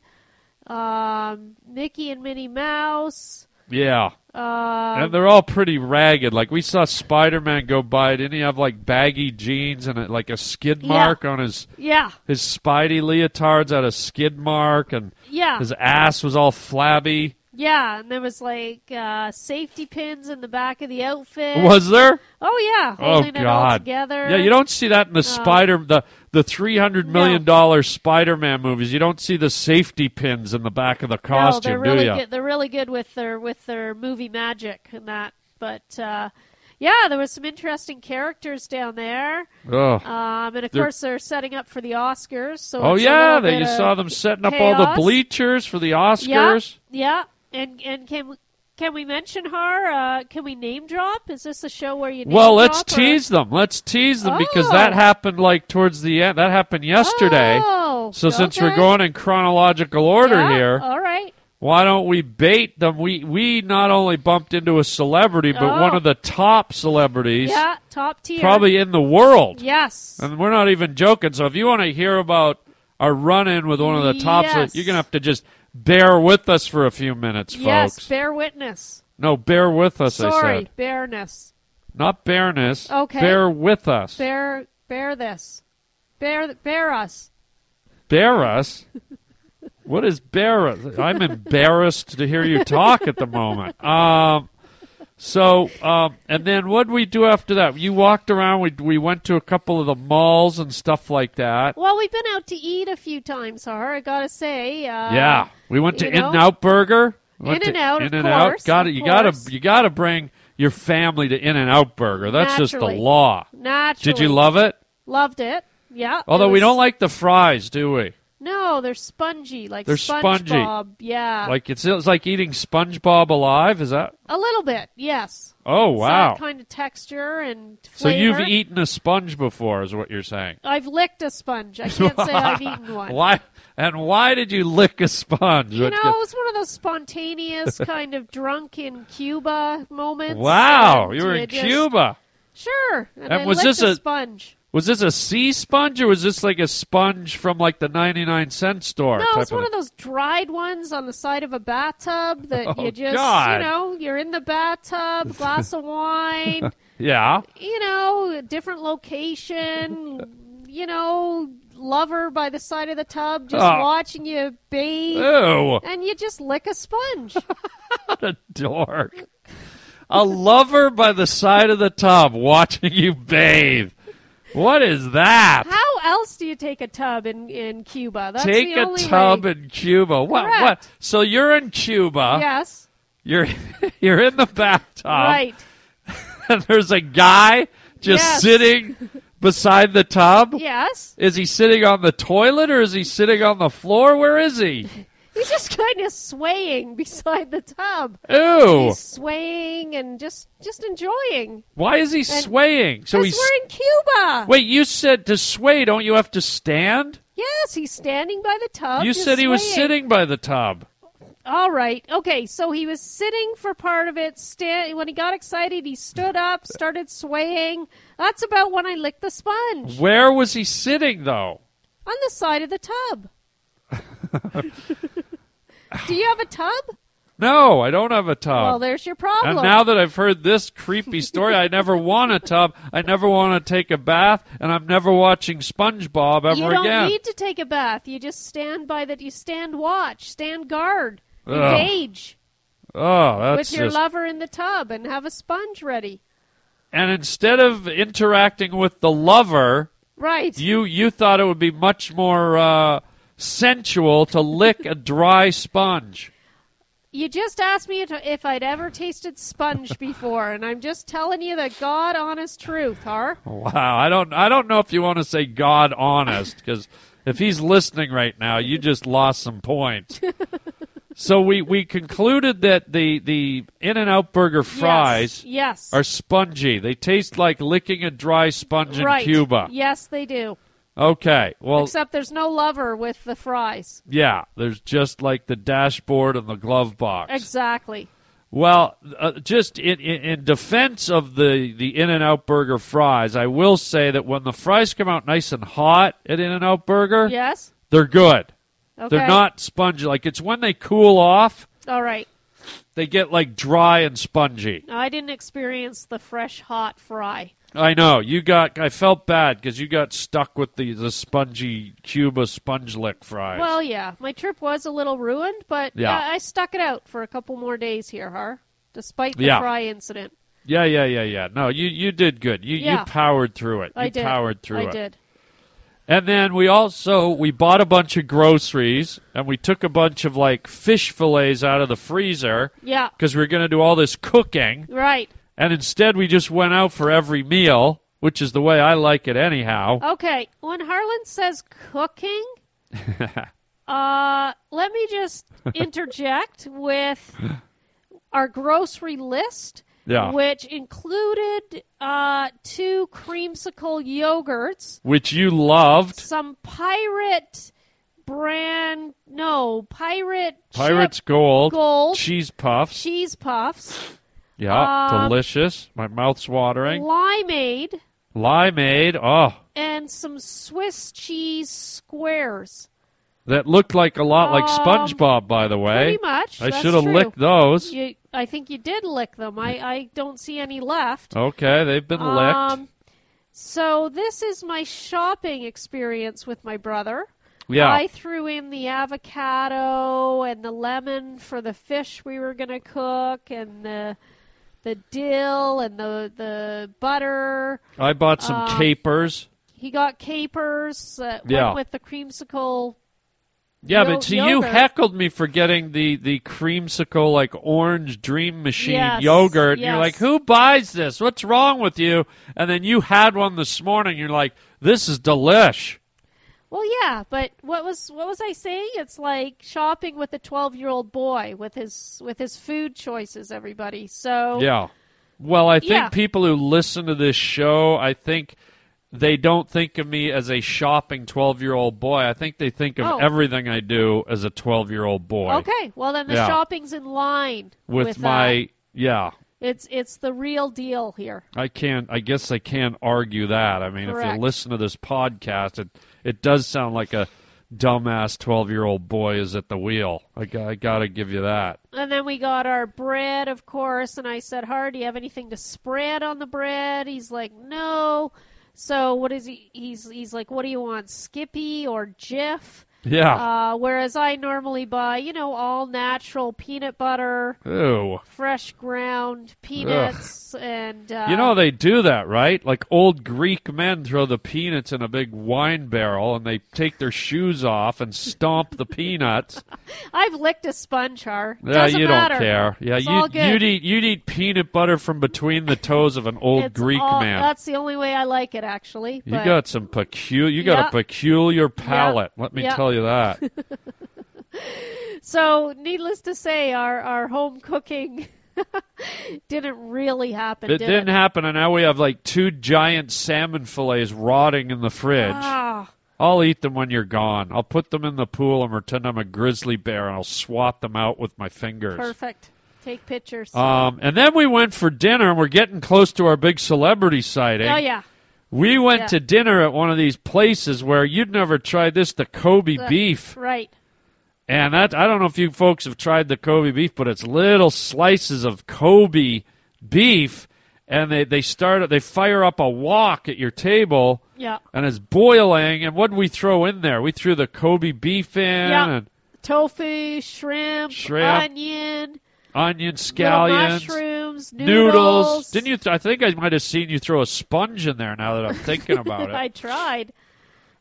[SPEAKER 10] um, Mickey and Minnie Mouse.
[SPEAKER 1] Yeah,
[SPEAKER 10] Um,
[SPEAKER 1] and they're all pretty ragged. Like we saw Spider Man go by. Didn't he have like baggy jeans and uh, like a skid
[SPEAKER 10] Yeah.
[SPEAKER 1] mark on his
[SPEAKER 10] yeah,
[SPEAKER 1] his Spidey leotards had a skid mark and
[SPEAKER 10] yeah,
[SPEAKER 1] his ass was all flabby.
[SPEAKER 10] yeah. And there was like uh, safety pins in the back of the outfit.
[SPEAKER 1] Was there?
[SPEAKER 10] oh yeah,
[SPEAKER 1] Oh
[SPEAKER 10] holding it all
[SPEAKER 1] God!
[SPEAKER 10] together. Uh,
[SPEAKER 1] Yeah, you don't see that in the Spider the the three hundred million dollar Spider Man movies. You don't see the safety pins in the back of the
[SPEAKER 10] No,
[SPEAKER 1] costume,
[SPEAKER 10] they're really
[SPEAKER 1] do you?
[SPEAKER 10] good. They're really good with their with their movie magic and that. But uh, yeah, there was some interesting characters down there.
[SPEAKER 1] Ugh.
[SPEAKER 10] Um, and of
[SPEAKER 1] They're-
[SPEAKER 10] course, they're setting up for the Oscars. So
[SPEAKER 1] Oh
[SPEAKER 10] it's a
[SPEAKER 1] yeah,
[SPEAKER 10] little
[SPEAKER 1] they
[SPEAKER 10] bit
[SPEAKER 1] you
[SPEAKER 10] of
[SPEAKER 1] saw them setting up all the
[SPEAKER 10] chaos.
[SPEAKER 1] bleachers for the
[SPEAKER 10] Yeah,
[SPEAKER 1] Oscars.
[SPEAKER 10] yeah. And and can can we mention her? Uh, can we name drop? Is this a show where you? Name
[SPEAKER 1] Well, let's
[SPEAKER 10] drop or-
[SPEAKER 1] tease them. Let's tease them because
[SPEAKER 10] Oh.
[SPEAKER 1] that happened like towards the end. That happened yesterday.
[SPEAKER 10] Oh,
[SPEAKER 1] so since we're
[SPEAKER 10] okay.
[SPEAKER 1] going in chronological order
[SPEAKER 10] Yeah,
[SPEAKER 1] here,
[SPEAKER 10] all right.
[SPEAKER 1] why don't we bait them? We we not only bumped into a celebrity, but
[SPEAKER 10] Oh.
[SPEAKER 1] one of the top celebrities
[SPEAKER 10] Yeah, top tier.
[SPEAKER 1] probably in the world.
[SPEAKER 10] Yes.
[SPEAKER 1] And we're not even joking. So if you want to hear about our run in with one of the tops,
[SPEAKER 10] Yes.
[SPEAKER 1] you're going to have to just bear with us for a few minutes,
[SPEAKER 10] yes.
[SPEAKER 1] folks.
[SPEAKER 10] Bear witness.
[SPEAKER 1] no, bear with us, I
[SPEAKER 10] Sorry,
[SPEAKER 1] said.
[SPEAKER 10] bearness.
[SPEAKER 1] Not bareness.
[SPEAKER 10] Okay.
[SPEAKER 1] Bear with us.
[SPEAKER 10] Bear, bear this. Bear, bear us.
[SPEAKER 1] bear us? (laughs) what is bear us? I'm embarrassed to hear you talk at the moment. Um, so, um, and then what did we do after that? You walked around. We, we went to a couple of the malls and stuff like that.
[SPEAKER 10] Well, we've been out to eat a few times, Har. I gotta say. Uh,
[SPEAKER 1] Yeah, we went to
[SPEAKER 10] you
[SPEAKER 1] In
[SPEAKER 10] know?
[SPEAKER 1] and Out Burger. Went to
[SPEAKER 10] In-N-Out, of
[SPEAKER 1] In-N-Out.
[SPEAKER 10] course,
[SPEAKER 1] Got it.
[SPEAKER 10] of
[SPEAKER 1] You got
[SPEAKER 10] course.
[SPEAKER 1] to. You got to bring your family to In and Out Burger. That's just
[SPEAKER 10] Naturally.
[SPEAKER 1] the law.
[SPEAKER 10] Naturally.
[SPEAKER 1] Did you love it?
[SPEAKER 10] Loved it. Yeah. it
[SPEAKER 1] Although we
[SPEAKER 10] was-
[SPEAKER 1] don't like the fries, do we?
[SPEAKER 10] No, they're spongy, like
[SPEAKER 1] They're
[SPEAKER 10] SpongeBob.
[SPEAKER 1] spongy.
[SPEAKER 10] Yeah.
[SPEAKER 1] Like it's, it's like eating SpongeBob alive. Is that?
[SPEAKER 10] a little bit. Yes.
[SPEAKER 1] Oh
[SPEAKER 10] It's
[SPEAKER 1] wow!
[SPEAKER 10] That kind of texture and
[SPEAKER 1] So
[SPEAKER 10] flavor.
[SPEAKER 1] you've eaten a sponge before, is what you're saying?
[SPEAKER 10] I've licked a sponge. I can't
[SPEAKER 1] (laughs)
[SPEAKER 10] say I've eaten one.
[SPEAKER 1] Why? And why did you lick a sponge?
[SPEAKER 10] You
[SPEAKER 1] What-
[SPEAKER 10] know, it was one of
[SPEAKER 1] (laughs)
[SPEAKER 10] those spontaneous kind of drunk in Cuba moments.
[SPEAKER 1] wow!
[SPEAKER 10] and
[SPEAKER 1] You were in
[SPEAKER 10] just-
[SPEAKER 1] Cuba.
[SPEAKER 10] Sure. And,
[SPEAKER 1] And
[SPEAKER 10] I
[SPEAKER 1] was
[SPEAKER 10] licked
[SPEAKER 1] this a-
[SPEAKER 10] a sponge?
[SPEAKER 1] Was this a sea sponge or was this like a sponge from like the 99 cent store?
[SPEAKER 10] No,
[SPEAKER 1] type
[SPEAKER 10] it's one
[SPEAKER 1] a-
[SPEAKER 10] of those dried ones on the side of a bathtub that
[SPEAKER 1] (laughs) Oh,
[SPEAKER 10] you just,
[SPEAKER 1] God.
[SPEAKER 10] you know, you're in the bathtub, glass of wine,
[SPEAKER 1] Yeah.
[SPEAKER 10] you know, different location, you know, lover by the side of the tub just
[SPEAKER 1] Oh.
[SPEAKER 10] watching you bathe.
[SPEAKER 1] Eh. Ew,
[SPEAKER 10] And you just lick
[SPEAKER 1] (laughs)
[SPEAKER 10] a sponge.
[SPEAKER 1] what a dork. A lover by the side of the tub watching you bathe. What is that?
[SPEAKER 10] How else do you take a tub in, in Cuba? That's
[SPEAKER 1] Take
[SPEAKER 10] the
[SPEAKER 1] a
[SPEAKER 10] only
[SPEAKER 1] tub
[SPEAKER 10] way.
[SPEAKER 1] in Cuba. What?
[SPEAKER 10] Correct.
[SPEAKER 1] What? So you're in Cuba.
[SPEAKER 10] yes,
[SPEAKER 1] You're (laughs) you're in the bathtub.
[SPEAKER 10] right.
[SPEAKER 1] (laughs) And there's a guy just
[SPEAKER 10] Yes. (laughs)
[SPEAKER 1] sitting beside the tub.
[SPEAKER 10] Yes,
[SPEAKER 1] Is he sitting on the toilet or is he sitting on the floor? Where is he?
[SPEAKER 10] he's just kind of swaying (laughs) beside the tub.
[SPEAKER 1] Ew.
[SPEAKER 10] He's swaying and just just enjoying.
[SPEAKER 1] Why is he swaying? So
[SPEAKER 10] Because
[SPEAKER 1] he's
[SPEAKER 10] we're in Cuba.
[SPEAKER 1] wait. You said to sway, don't you have to stand?
[SPEAKER 10] Yes, he's standing by the tub.
[SPEAKER 1] you
[SPEAKER 10] just
[SPEAKER 1] said he was
[SPEAKER 10] swaying.
[SPEAKER 1] sitting by the tub.
[SPEAKER 10] All right. Okay. So he was sitting for part of it. Stand when he got excited, he stood up, started swaying. That's about when I licked the sponge
[SPEAKER 1] Where was he sitting though?
[SPEAKER 10] on the side of the tub. Do you have a tub?
[SPEAKER 1] No, I don't have a tub.
[SPEAKER 10] Well, there's your problem.
[SPEAKER 1] Uh, and now that I've heard this creepy story, I never want a tub. I never want to take a bath, and I'm never watching SpongeBob ever
[SPEAKER 10] you don't
[SPEAKER 1] again.
[SPEAKER 10] need to take a bath. You just stand by that. You stand watch, stand guard,
[SPEAKER 1] Ugh.
[SPEAKER 10] engage.
[SPEAKER 1] oh, that's
[SPEAKER 10] with your
[SPEAKER 1] just.
[SPEAKER 10] lover in the tub and have a sponge ready.
[SPEAKER 1] and instead of interacting with the lover,
[SPEAKER 10] Right.
[SPEAKER 1] you you thought it would be much more uh, sensual to lick a dry sponge.
[SPEAKER 10] You just asked me to- if I'd ever tasted sponge before, and I'm just telling you the God honest truth, Har.
[SPEAKER 1] Wow, I don't I don't know if you want to say God
[SPEAKER 10] (laughs)
[SPEAKER 1] honest because if he's listening right now, you just lost some points. so we, we concluded that the, the In and Out Burger fries
[SPEAKER 10] Yes.
[SPEAKER 1] are spongy. They taste like licking a dry sponge in
[SPEAKER 10] right.
[SPEAKER 1] Cuba.
[SPEAKER 10] Yes, they do.
[SPEAKER 1] Okay. Well,
[SPEAKER 10] Except there's no lover with the fries.
[SPEAKER 1] yeah, there's just like the dashboard and the glove box.
[SPEAKER 10] Exactly.
[SPEAKER 1] Well, uh, just in, in, in defense of the, the In and Out Burger fries, I will say that when the fries come out nice and hot at In and Out Burger,
[SPEAKER 10] Yes.
[SPEAKER 1] they're good.
[SPEAKER 10] Okay.
[SPEAKER 1] They're not spongy. Like it's when they cool off,
[SPEAKER 10] All right.
[SPEAKER 1] they get like dry and spongy.
[SPEAKER 10] I didn't experience the fresh hot fry.
[SPEAKER 1] I know you got. I felt bad because you got stuck with the the spongy Cuba sponge lick fries.
[SPEAKER 10] Well, yeah, my trip was a little ruined, but
[SPEAKER 1] Yeah.
[SPEAKER 10] I, I stuck it out for a couple more days here, Har, despite the
[SPEAKER 1] Yeah.
[SPEAKER 10] fry incident.
[SPEAKER 1] yeah, yeah, yeah, yeah. No, you you did good. You you
[SPEAKER 10] Yeah.
[SPEAKER 1] powered through it.
[SPEAKER 10] I
[SPEAKER 1] you
[SPEAKER 10] did.
[SPEAKER 1] powered through
[SPEAKER 10] I
[SPEAKER 1] it.
[SPEAKER 10] did.
[SPEAKER 1] And then we also we bought a bunch of groceries and we took a bunch of like fish fillets out of the freezer
[SPEAKER 10] Yeah.
[SPEAKER 1] because we were going to do all this cooking.
[SPEAKER 10] Right.
[SPEAKER 1] And instead, we just went out for every meal, which is the way I like it anyhow.
[SPEAKER 10] Okay. When Harlan says
[SPEAKER 1] (laughs)
[SPEAKER 10] cooking, uh, let me just interject with our grocery list,
[SPEAKER 1] Yeah.
[SPEAKER 10] which included uh, two creamsicle yogurts.
[SPEAKER 1] Which you loved.
[SPEAKER 10] some pirate brand no pirate chip
[SPEAKER 1] Pirates Gold,
[SPEAKER 10] Gold.
[SPEAKER 1] cheese puffs.
[SPEAKER 10] cheese puffs
[SPEAKER 1] yeah,
[SPEAKER 10] um,
[SPEAKER 1] delicious. My mouth's watering.
[SPEAKER 10] limeade
[SPEAKER 1] Limeade. Oh,
[SPEAKER 10] and some swiss cheese squares
[SPEAKER 1] that looked like a lot like SpongeBob, by the way.
[SPEAKER 10] Um, pretty much
[SPEAKER 1] I
[SPEAKER 10] that's
[SPEAKER 1] should have
[SPEAKER 10] true.
[SPEAKER 1] licked those.
[SPEAKER 10] you, i think you did lick them i, I don't see any left
[SPEAKER 1] Okay, they've been licked.
[SPEAKER 10] um, so this is my shopping experience with my brother
[SPEAKER 1] Yeah.
[SPEAKER 10] I threw in the avocado and the lemon for the fish we were going to cook and the the dill and the the butter.
[SPEAKER 1] I bought some
[SPEAKER 10] um,
[SPEAKER 1] capers.
[SPEAKER 10] He got capers uh, went
[SPEAKER 1] Yeah.
[SPEAKER 10] with the creamsicle.
[SPEAKER 1] Yeah,
[SPEAKER 10] yo-
[SPEAKER 1] but see, you
[SPEAKER 10] yogurt.
[SPEAKER 1] heckled me for getting the the creamsicle like orange dream machine
[SPEAKER 10] Yes,
[SPEAKER 1] yogurt. And You're
[SPEAKER 10] yes.
[SPEAKER 1] like, who buys this? What's wrong with you? And then you had one this morning. You're like, this is delish.
[SPEAKER 10] Well, yeah, but what was what was I saying? It's like shopping with a 12-year-old boy with his with his food choices everybody. So
[SPEAKER 1] Yeah. Well, I think
[SPEAKER 10] Oh. Yeah.
[SPEAKER 1] people who listen to this show, I think they don't think of me as a shopping twelve year old boy. I think they think of
[SPEAKER 10] Oh.
[SPEAKER 1] everything I do as a twelve year old boy.
[SPEAKER 10] Okay, well then the
[SPEAKER 1] Yeah.
[SPEAKER 10] shopping's in line
[SPEAKER 1] With,
[SPEAKER 10] with uh,
[SPEAKER 1] my yeah.
[SPEAKER 10] it's it's the real deal here.
[SPEAKER 1] I can't. I guess I can't argue that. I mean, if
[SPEAKER 10] Correct.
[SPEAKER 1] you listen to this podcast, it it does sound like a dumbass twelve year old boy is at the wheel. I, got- I got to give you that.
[SPEAKER 10] And then we got our bread, of course. And I said, Hard, do you have anything to spread on the bread? He's like, No. So what is he? He's he's like, What do you want, Skippy or Jif?
[SPEAKER 1] Yeah.
[SPEAKER 10] Uh, whereas I normally buy, you know, all natural peanut butter,
[SPEAKER 1] Ooh.
[SPEAKER 10] fresh ground peanuts, and uh,
[SPEAKER 1] You know they do that, right? Like old Greek men throw the peanuts in a big wine barrel, and they take their shoes off and stomp the peanuts.
[SPEAKER 10] I've licked a sponge. Har
[SPEAKER 1] Yeah,
[SPEAKER 10] (laughs) Doesn't
[SPEAKER 1] you
[SPEAKER 10] matter.
[SPEAKER 1] don't care. Yeah,
[SPEAKER 10] It's
[SPEAKER 1] you
[SPEAKER 10] all good.
[SPEAKER 1] you'd eat you'd eat peanut butter from between the toes of an old
[SPEAKER 10] It's
[SPEAKER 1] Greek
[SPEAKER 10] all-
[SPEAKER 1] man.
[SPEAKER 10] That's the only way I like it, actually.
[SPEAKER 1] You
[SPEAKER 10] but-
[SPEAKER 1] got some peculiar. You got
[SPEAKER 10] Yeah.
[SPEAKER 1] a peculiar palate. Let me
[SPEAKER 10] Yeah.
[SPEAKER 1] tell you
[SPEAKER 10] (laughs)
[SPEAKER 1] that.
[SPEAKER 10] So, needless to say, our, our home cooking (laughs) didn't really happen.
[SPEAKER 1] it
[SPEAKER 10] did
[SPEAKER 1] didn't
[SPEAKER 10] it?
[SPEAKER 1] happen, and now we have like two giant salmon fillets rotting in the fridge.
[SPEAKER 10] Ah,
[SPEAKER 1] I'll eat them when you're gone. I'll put them in the pool and pretend I'm a grizzly bear, and I'll swat them out with my fingers.
[SPEAKER 10] perfect. Take pictures.
[SPEAKER 1] Um, and then we went for dinner, and we're getting close to our big celebrity sighting.
[SPEAKER 10] oh yeah,
[SPEAKER 1] We went
[SPEAKER 10] Yeah.
[SPEAKER 1] to dinner at one of these places where you'd never tried this, the Kobe beef.
[SPEAKER 10] right.
[SPEAKER 1] And that I don't know if you folks have tried the Kobe beef, but it's little slices of Kobe beef, and they they start they fire up a wok at your table,
[SPEAKER 10] Yeah,
[SPEAKER 1] and it's boiling. And what did we throw in there? We threw the Kobe beef in,
[SPEAKER 10] Yeah.
[SPEAKER 1] and
[SPEAKER 10] tofu, shrimp,
[SPEAKER 1] Shrimp,
[SPEAKER 10] onion,
[SPEAKER 1] onion
[SPEAKER 10] little
[SPEAKER 1] scallions,
[SPEAKER 10] mushrooms,
[SPEAKER 1] noodles.
[SPEAKER 10] noodles.
[SPEAKER 1] Didn't
[SPEAKER 10] (laughs)
[SPEAKER 1] you? Th- I think I might have seen you throw a sponge in there. Now that I'm
[SPEAKER 10] (laughs)
[SPEAKER 1] thinking about it.
[SPEAKER 10] I tried.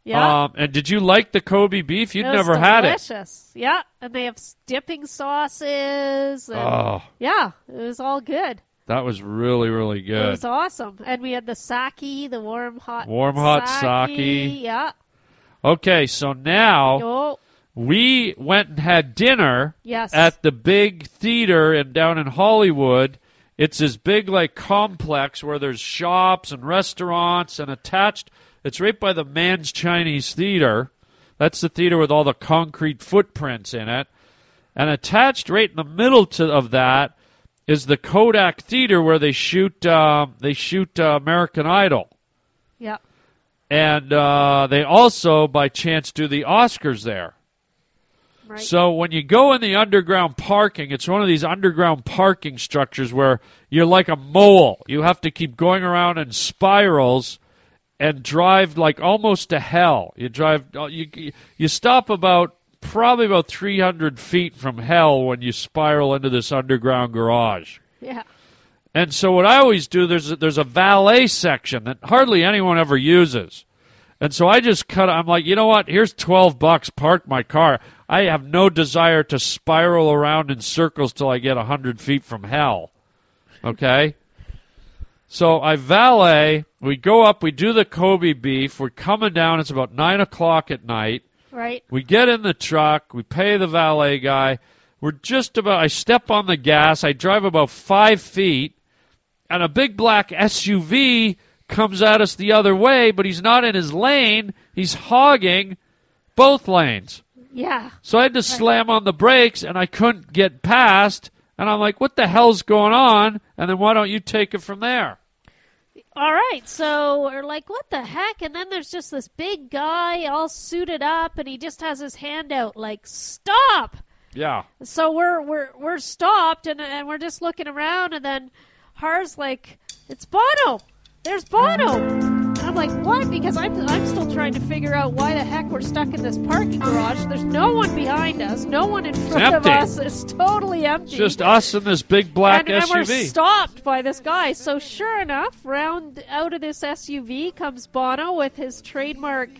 [SPEAKER 10] Yeah,
[SPEAKER 1] Um, and did you like the Kobe beef? You'd
[SPEAKER 10] it was
[SPEAKER 1] never had it.
[SPEAKER 10] delicious. Yeah, and they have s- dipping sauces. And
[SPEAKER 1] Oh,
[SPEAKER 10] Yeah, it was all good.
[SPEAKER 1] that was really really
[SPEAKER 10] It
[SPEAKER 1] good.
[SPEAKER 10] was awesome. And we had the sake, the warm hot
[SPEAKER 1] Warm hot
[SPEAKER 10] sake.
[SPEAKER 1] sake.
[SPEAKER 10] Yeah.
[SPEAKER 1] Okay, so now.
[SPEAKER 10] Oh,
[SPEAKER 1] we went and had dinner
[SPEAKER 10] Yes.
[SPEAKER 1] at the big theater and down in Hollywood. It's this big like complex where there's shops and restaurants and attached. It's right by the Man's Chinese Theater. That's the theater with all the concrete footprints in it. And attached right in the middle to, of that is the Kodak Theater where they shoot um, they shoot uh, American Idol.
[SPEAKER 10] Yeah.
[SPEAKER 1] And uh, they also, by chance, do the Oscars there.
[SPEAKER 10] Right.
[SPEAKER 1] So when you go in the underground parking, it's one of these underground parking structures where you're like a mole. You have to keep going around in spirals and drive like almost to hell. You drive uh, you you stop about probably about 300 feet from hell when you spiral into this underground garage.
[SPEAKER 10] yeah.
[SPEAKER 1] And so what I always do there's a, there's a valet section that hardly anyone ever uses. And so I just cut I'm like, "You know what? Here's 12 bucks, park my car. I have no desire to spiral around in circles till I get 100 feet from hell." Okay? So I valet, we go up, we do the Kobe beef, we're coming down, it's about 9 o'clock at night.
[SPEAKER 10] Right.
[SPEAKER 1] We get in the truck. We pay the valet guy. We're just about. I step on the gas. I drive about five feet, and a big black SUV comes at us the other way. But he's not in his lane. He's hogging both lanes.
[SPEAKER 10] Yeah.
[SPEAKER 1] So I had to slam on the brakes, and I couldn't get past. And I'm like, "What the hell's going on?" And then why don't you take it from there?
[SPEAKER 10] All right. So we're like, what the heck? And then there's just this big guy all suited up, and he just has his hand out, like, stop.
[SPEAKER 1] Yeah.
[SPEAKER 10] so we're we're we're stopped and and we're just looking around and then Har's like, It's Bono. There's Bono. And I'm like, what? Because I'm I'm still trying to figure out why the heck we're stuck in this parking garage. There's no one behind us, no one in front of
[SPEAKER 1] empty.
[SPEAKER 10] us. It's totally empty.
[SPEAKER 1] It's just us and this big black
[SPEAKER 10] and, and we're
[SPEAKER 1] SUV.
[SPEAKER 10] stopped by this guy. So sure enough, round out of this SUV comes Bono with his trademark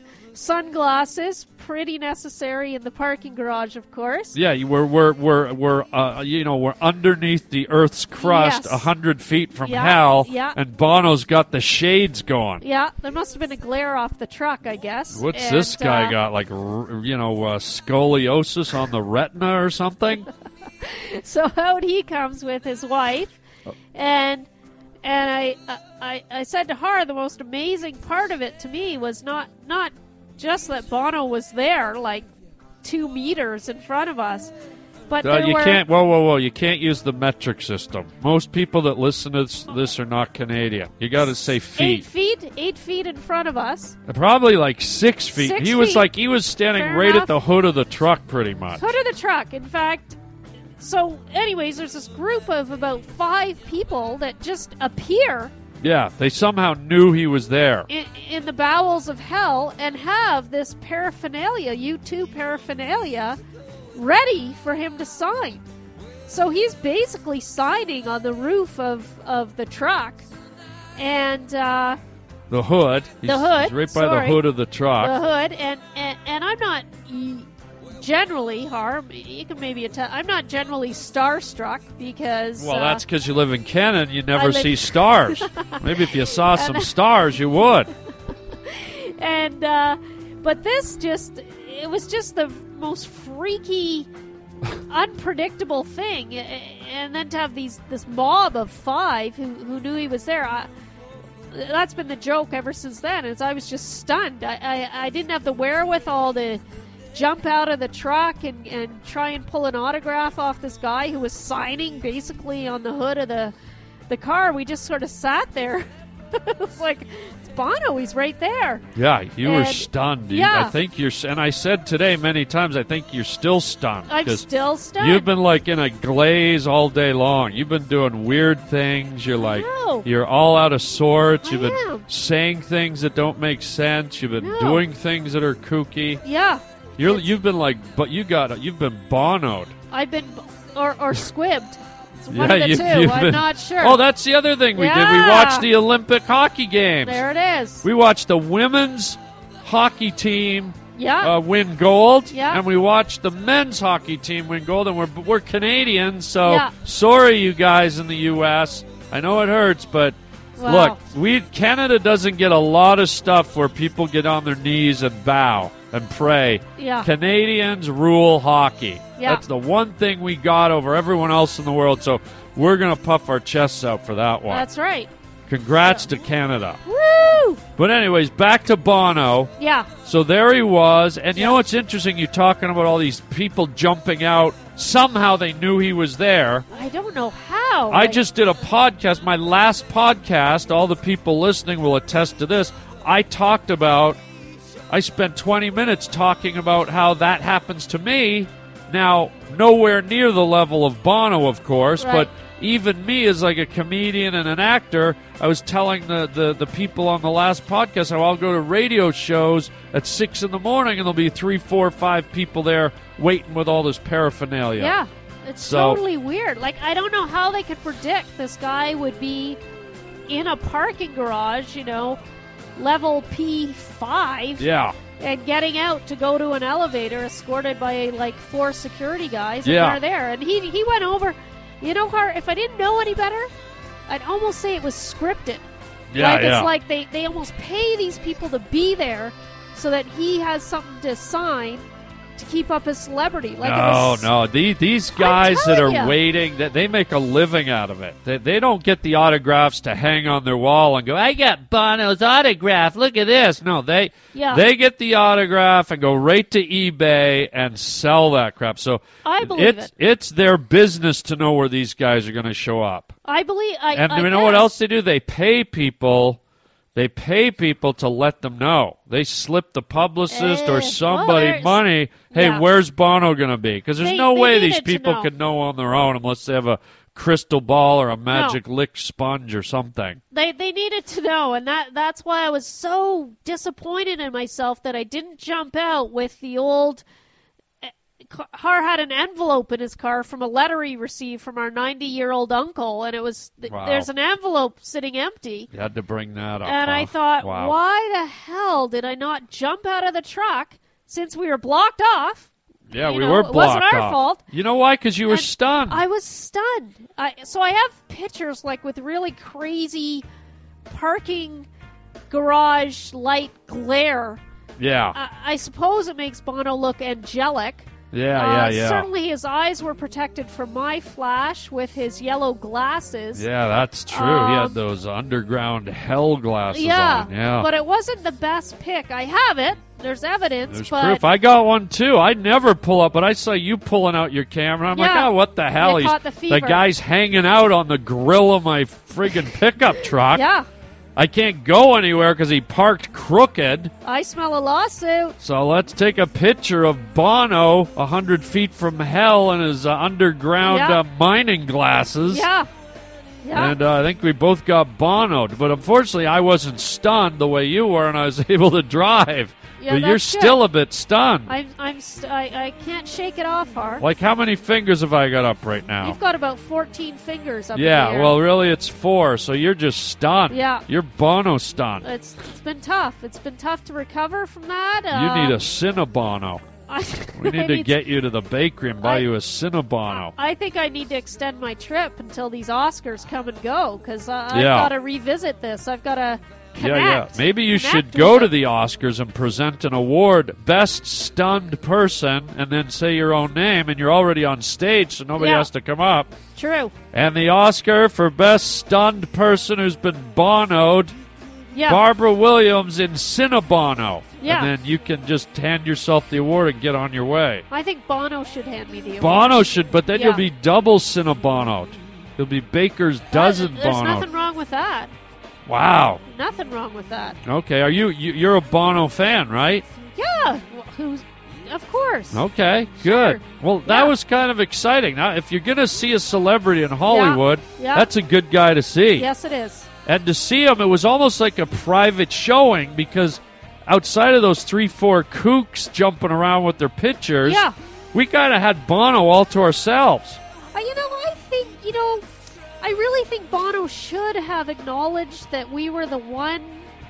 [SPEAKER 10] sunglasses, pretty necessary in the parking garage, of course.
[SPEAKER 1] Yeah, you- we're we're we're we're uh, you know we're underneath the Earth's crust, a
[SPEAKER 10] Yes.
[SPEAKER 1] hundred feet from
[SPEAKER 10] Yeah,
[SPEAKER 1] hell,
[SPEAKER 10] yeah.
[SPEAKER 1] and Bono's got the shades going.
[SPEAKER 10] Yeah, there must have been a glare off the truck, I guess.
[SPEAKER 1] What's
[SPEAKER 10] And,
[SPEAKER 1] this guy
[SPEAKER 10] uh,
[SPEAKER 1] got? Like r- you know uh, scoliosis on the retina or
[SPEAKER 10] (laughs)
[SPEAKER 1] something? Uh,
[SPEAKER 10] So (laughs) out he comes with his wife, and and I I, I said to her the most amazing part of it to me was not not just that Bono was there, like two meters in front of us, but
[SPEAKER 1] Uh,
[SPEAKER 10] there
[SPEAKER 1] you
[SPEAKER 10] were
[SPEAKER 1] can't. Whoa, whoa, whoa! You can't use the metric system. Most people that listen to this, this are not Canadian. You got to say
[SPEAKER 10] eight
[SPEAKER 1] feet.
[SPEAKER 10] feet eight feet in front of us.
[SPEAKER 1] Probably like six feet.
[SPEAKER 10] Six
[SPEAKER 1] he was
[SPEAKER 10] feet.
[SPEAKER 1] like he was standing
[SPEAKER 10] Fair
[SPEAKER 1] right
[SPEAKER 10] enough.
[SPEAKER 1] at the hood of the truck, pretty much.
[SPEAKER 10] Hood of the truck. In fact, so anyways, there's this group of about five people that just appear
[SPEAKER 1] Yeah, they somehow knew he was there.
[SPEAKER 10] in, in the bowels of hell and have this paraphernalia, U2 paraphernalia, ready for him to sign. So he's basically signing on the roof of, of the truck. And uh,
[SPEAKER 1] The hood. He's-
[SPEAKER 10] hood,
[SPEAKER 1] He's right by
[SPEAKER 10] sorry.
[SPEAKER 1] the hood of the truck.
[SPEAKER 10] the hood and, and and I'm not y- generally harm. You can maybe atta- I'm not generally starstruck because
[SPEAKER 1] well,
[SPEAKER 10] uh,
[SPEAKER 1] that's because you live in Canada and you never
[SPEAKER 10] live-
[SPEAKER 1] see
[SPEAKER 10] (laughs)
[SPEAKER 1] stars. Maybe if you saw some stars, you would.
[SPEAKER 10] and uh, but this just it was just the most freaky unpredictable thing A- and then to have these this mob of five who, who knew he was there I, that's been the joke ever since then is i was just stunned i, I, I didn't have the wherewithal to jump out of the truck and, and try and pull an autograph off this guy who was signing basically on the hood of the the car we just sort of sat there (laughs) it was like it's bono he's right there
[SPEAKER 1] Yeah, you were
[SPEAKER 10] And-
[SPEAKER 1] stunned. You-
[SPEAKER 10] yeah.
[SPEAKER 1] I think you're. s- And I said today many times, I think you're still stunned.
[SPEAKER 10] i'm
[SPEAKER 1] 'cause
[SPEAKER 10] still stunned
[SPEAKER 1] You've been like in a glaze all day long. You've been doing weird things. You're like
[SPEAKER 10] know.
[SPEAKER 1] you're all out of sorts.
[SPEAKER 10] I
[SPEAKER 1] You've been
[SPEAKER 10] am.
[SPEAKER 1] saying things that don't make sense. You've been
[SPEAKER 10] No.
[SPEAKER 1] doing things that are kooky.
[SPEAKER 10] yeah
[SPEAKER 1] You're you've been like, but you got you've been bonoed.
[SPEAKER 10] I've been or
[SPEAKER 1] (laughs)
[SPEAKER 10] or squibbed. It's one
[SPEAKER 1] Yeah,
[SPEAKER 10] of the
[SPEAKER 1] you-
[SPEAKER 10] 2
[SPEAKER 1] you've
[SPEAKER 10] I'm
[SPEAKER 1] been-
[SPEAKER 10] not sure.
[SPEAKER 1] Oh, that's the other thing we did. We
[SPEAKER 10] Yeah.
[SPEAKER 1] watched the Olympic hockey games.
[SPEAKER 10] there it is.
[SPEAKER 1] We watched the women's hockey team
[SPEAKER 10] yeah,
[SPEAKER 1] uh, win gold,
[SPEAKER 10] Yeah.
[SPEAKER 1] and we watched the men's hockey team win gold. And we're we're Canadians, so
[SPEAKER 10] Yeah.
[SPEAKER 1] sorry, you guys in the U.S. I know it hurts, but
[SPEAKER 10] Wow.
[SPEAKER 1] look, we Canada doesn't get a lot of stuff where people get on their knees and bow. and pray.
[SPEAKER 10] Yeah.
[SPEAKER 1] Canadians rule hockey.
[SPEAKER 10] Yeah.
[SPEAKER 1] That's the one thing we got over everyone else in the world. So we're going to puff our chests out for that one.
[SPEAKER 10] That's right.
[SPEAKER 1] Congrats to Canada.
[SPEAKER 10] Woo!
[SPEAKER 1] But, anyways, back to Bono.
[SPEAKER 10] Yeah.
[SPEAKER 1] So there he was. And you know what's interesting? You're talking about all these people jumping out. Somehow they knew he was there.
[SPEAKER 10] I don't know how.
[SPEAKER 1] I
[SPEAKER 10] Like,
[SPEAKER 1] just did a podcast, my last podcast. All the people listening will attest to this. I talked about, I spent 20 minutes talking about how that happens to me. Now, nowhere near the level of Bono, of course,
[SPEAKER 10] Right.
[SPEAKER 1] but even me as like a comedian and an actor, I was telling the, the, the people on the last podcast how I'll go to radio shows at 6 in the morning and there'll be three, four, five people there waiting with all this paraphernalia.
[SPEAKER 10] Yeah. It's
[SPEAKER 1] So-
[SPEAKER 10] totally weird. Like I don't know how they could predict this guy would be in a parking garage, you know, level P five
[SPEAKER 1] Yeah.
[SPEAKER 10] and getting out to go to an elevator escorted by like four security guys
[SPEAKER 1] Yeah.
[SPEAKER 10] and they're there. And he he went over you know Har if I didn't know any better, I'd almost say it was scripted.
[SPEAKER 1] Yeah.
[SPEAKER 10] like
[SPEAKER 1] yeah.
[SPEAKER 10] it's like they, they almost pay these people to be there so that he has something to sign to keep up his celebrity. Like it
[SPEAKER 1] no,
[SPEAKER 10] was-
[SPEAKER 1] no. These, these guys that are
[SPEAKER 10] telling ya.
[SPEAKER 1] waiting, that they make a living out of it. They, they don't get the autographs to hang on their wall and go, "I got Bono's autograph. Look at this." No, they
[SPEAKER 10] Yeah.
[SPEAKER 1] they get the autograph and go right to eBay and sell that crap. So
[SPEAKER 10] I believe
[SPEAKER 1] it's it's their business to know where these guys are going to show up.
[SPEAKER 10] I believe I.
[SPEAKER 1] And
[SPEAKER 10] I
[SPEAKER 1] you know what
[SPEAKER 10] guess.
[SPEAKER 1] else they do? They pay people. They pay people to let them know. They slip the publicist
[SPEAKER 10] Eh,
[SPEAKER 1] or
[SPEAKER 10] well,
[SPEAKER 1] somebody
[SPEAKER 10] there's-
[SPEAKER 1] money. Hey,
[SPEAKER 10] yeah.
[SPEAKER 1] where's Bono going to be? Because there's
[SPEAKER 10] They-
[SPEAKER 1] no
[SPEAKER 10] they
[SPEAKER 1] way these
[SPEAKER 10] needed to
[SPEAKER 1] people
[SPEAKER 10] know.
[SPEAKER 1] can know on their own unless they have a crystal ball or a magic lick sponge or something.
[SPEAKER 10] They they needed to know, and that that's why I was so disappointed in myself that I didn't jump out with the old. Har had an envelope in his car from a letter he received from our 90 year old uncle, and it was th-
[SPEAKER 1] Wow.
[SPEAKER 10] there's an envelope sitting empty.
[SPEAKER 1] You had to bring that up.
[SPEAKER 10] And I
[SPEAKER 1] huh?
[SPEAKER 10] thought,
[SPEAKER 1] Uh-huh. wow.
[SPEAKER 10] why the hell did I not jump out of the truck since we were blocked off?
[SPEAKER 1] Yeah,
[SPEAKER 10] you
[SPEAKER 1] we
[SPEAKER 10] know,
[SPEAKER 1] were
[SPEAKER 10] it wasn't
[SPEAKER 1] blocked
[SPEAKER 10] our
[SPEAKER 1] off.
[SPEAKER 10] fault.
[SPEAKER 1] You know why? Because you were
[SPEAKER 10] And
[SPEAKER 1] stunned.
[SPEAKER 10] I was stunned. I, so I have pictures like with really crazy parking garage light glare.
[SPEAKER 1] yeah,
[SPEAKER 10] I, I suppose it makes Bono look angelic.
[SPEAKER 1] yeah, yeah,
[SPEAKER 10] Uh,
[SPEAKER 1] yeah.
[SPEAKER 10] Certainly his eyes were protected from my flash with his yellow glasses.
[SPEAKER 1] Yeah, that's true. he had
[SPEAKER 10] Um,
[SPEAKER 1] those underground hell glasses
[SPEAKER 10] Yeah,
[SPEAKER 1] on. Yeah,
[SPEAKER 10] but it wasn't the best pick. I have it. There's evidence,
[SPEAKER 1] There's
[SPEAKER 10] but
[SPEAKER 1] proof. I got one too. I never pull up, but I saw you pulling out your camera. I'm like,
[SPEAKER 10] Yeah.
[SPEAKER 1] oh, what the hell?
[SPEAKER 10] You
[SPEAKER 1] He's,
[SPEAKER 10] caught the fever.
[SPEAKER 1] guy's hanging out on the grill of my friggin' pickup truck.
[SPEAKER 10] yeah,
[SPEAKER 1] I can't go anywhere because he parked crooked.
[SPEAKER 10] I smell a lawsuit.
[SPEAKER 1] So let's take a picture of Bono, 100 feet from hell, in his uh, underground
[SPEAKER 10] Yeah.
[SPEAKER 1] uh, mining glasses.
[SPEAKER 10] Yeah, yeah.
[SPEAKER 1] And uh, I think we both got bonoed, but unfortunately, I wasn't stunned the way you were, and I was (laughs) able to drive.
[SPEAKER 10] Yeah,
[SPEAKER 1] but you're
[SPEAKER 10] that's good.
[SPEAKER 1] still a bit stunned.
[SPEAKER 10] I'm, I'm st- I, I can't shake it off, Hart.
[SPEAKER 1] Like, how many fingers have I got up right now?
[SPEAKER 10] You've got about 14 fingers up in the
[SPEAKER 1] Oh. yeah,
[SPEAKER 10] air.
[SPEAKER 1] well, really, it's four, so you're just stunned.
[SPEAKER 10] Yeah.
[SPEAKER 1] You're Bono stunned.
[SPEAKER 10] it's, it's been tough. It's been tough to recover from that.
[SPEAKER 1] you
[SPEAKER 10] Uh, (laughs)
[SPEAKER 1] need a Cinnabono. We need to get you to the bakery and buy
[SPEAKER 10] I-
[SPEAKER 1] you a Cinnabono.
[SPEAKER 10] I think I need to extend my trip until these Oscars come and go because uh, I've
[SPEAKER 1] Yeah.
[SPEAKER 10] got to revisit this. I've got to
[SPEAKER 1] yeah, yeah.
[SPEAKER 10] connect.
[SPEAKER 1] Maybe you
[SPEAKER 10] Connect
[SPEAKER 1] should
[SPEAKER 10] with
[SPEAKER 1] go to
[SPEAKER 10] it.
[SPEAKER 1] the Oscars and present an award, Best Stunned Person, and then say your own name, and you're already on stage, so nobody
[SPEAKER 10] Yeah.
[SPEAKER 1] has to come up.
[SPEAKER 10] True.
[SPEAKER 1] And the Oscar for Best Stunned Person Who's Been Bonoed
[SPEAKER 10] Yeah.
[SPEAKER 1] Barbara Williams in Cinnabono.
[SPEAKER 10] Yeah.
[SPEAKER 1] And then you can just hand yourself the award and get on your way.
[SPEAKER 10] I think Bono should hand me the award.
[SPEAKER 1] Bono should, but then
[SPEAKER 10] Yeah. Uh,
[SPEAKER 1] you'll be double Cinnabonoed. You'll be Baker's dozen
[SPEAKER 10] There's
[SPEAKER 1] Bono.
[SPEAKER 10] nothing wrong with that.
[SPEAKER 1] Wow.
[SPEAKER 10] Nothing wrong with that.
[SPEAKER 1] Okay. Are you, you you're a Bono fan, right?
[SPEAKER 10] Yeah. wh- Who's? Of course.
[SPEAKER 1] Okay. Good. Well, that
[SPEAKER 10] Yeah.
[SPEAKER 1] was kind of exciting. Now, if you're going to see a celebrity in Hollywood,
[SPEAKER 10] Yeah.
[SPEAKER 1] that's a good guy to see.
[SPEAKER 10] Yes, it is.
[SPEAKER 1] And to see him, it was almost like a private showing because outside of those three, four kooks jumping around with their pictures,
[SPEAKER 10] Yeah.
[SPEAKER 1] we kind of had Bono all to ourselves.
[SPEAKER 10] Uh, you know, I think, you know, I really think Bono should have acknowledged that we were the one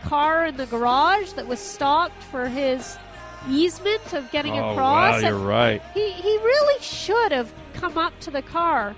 [SPEAKER 10] car in the garage that was stopped for his easement of getting
[SPEAKER 1] oh, wow,
[SPEAKER 10] across.
[SPEAKER 1] you're
[SPEAKER 10] And
[SPEAKER 1] right.
[SPEAKER 10] He, he really should have come up to the car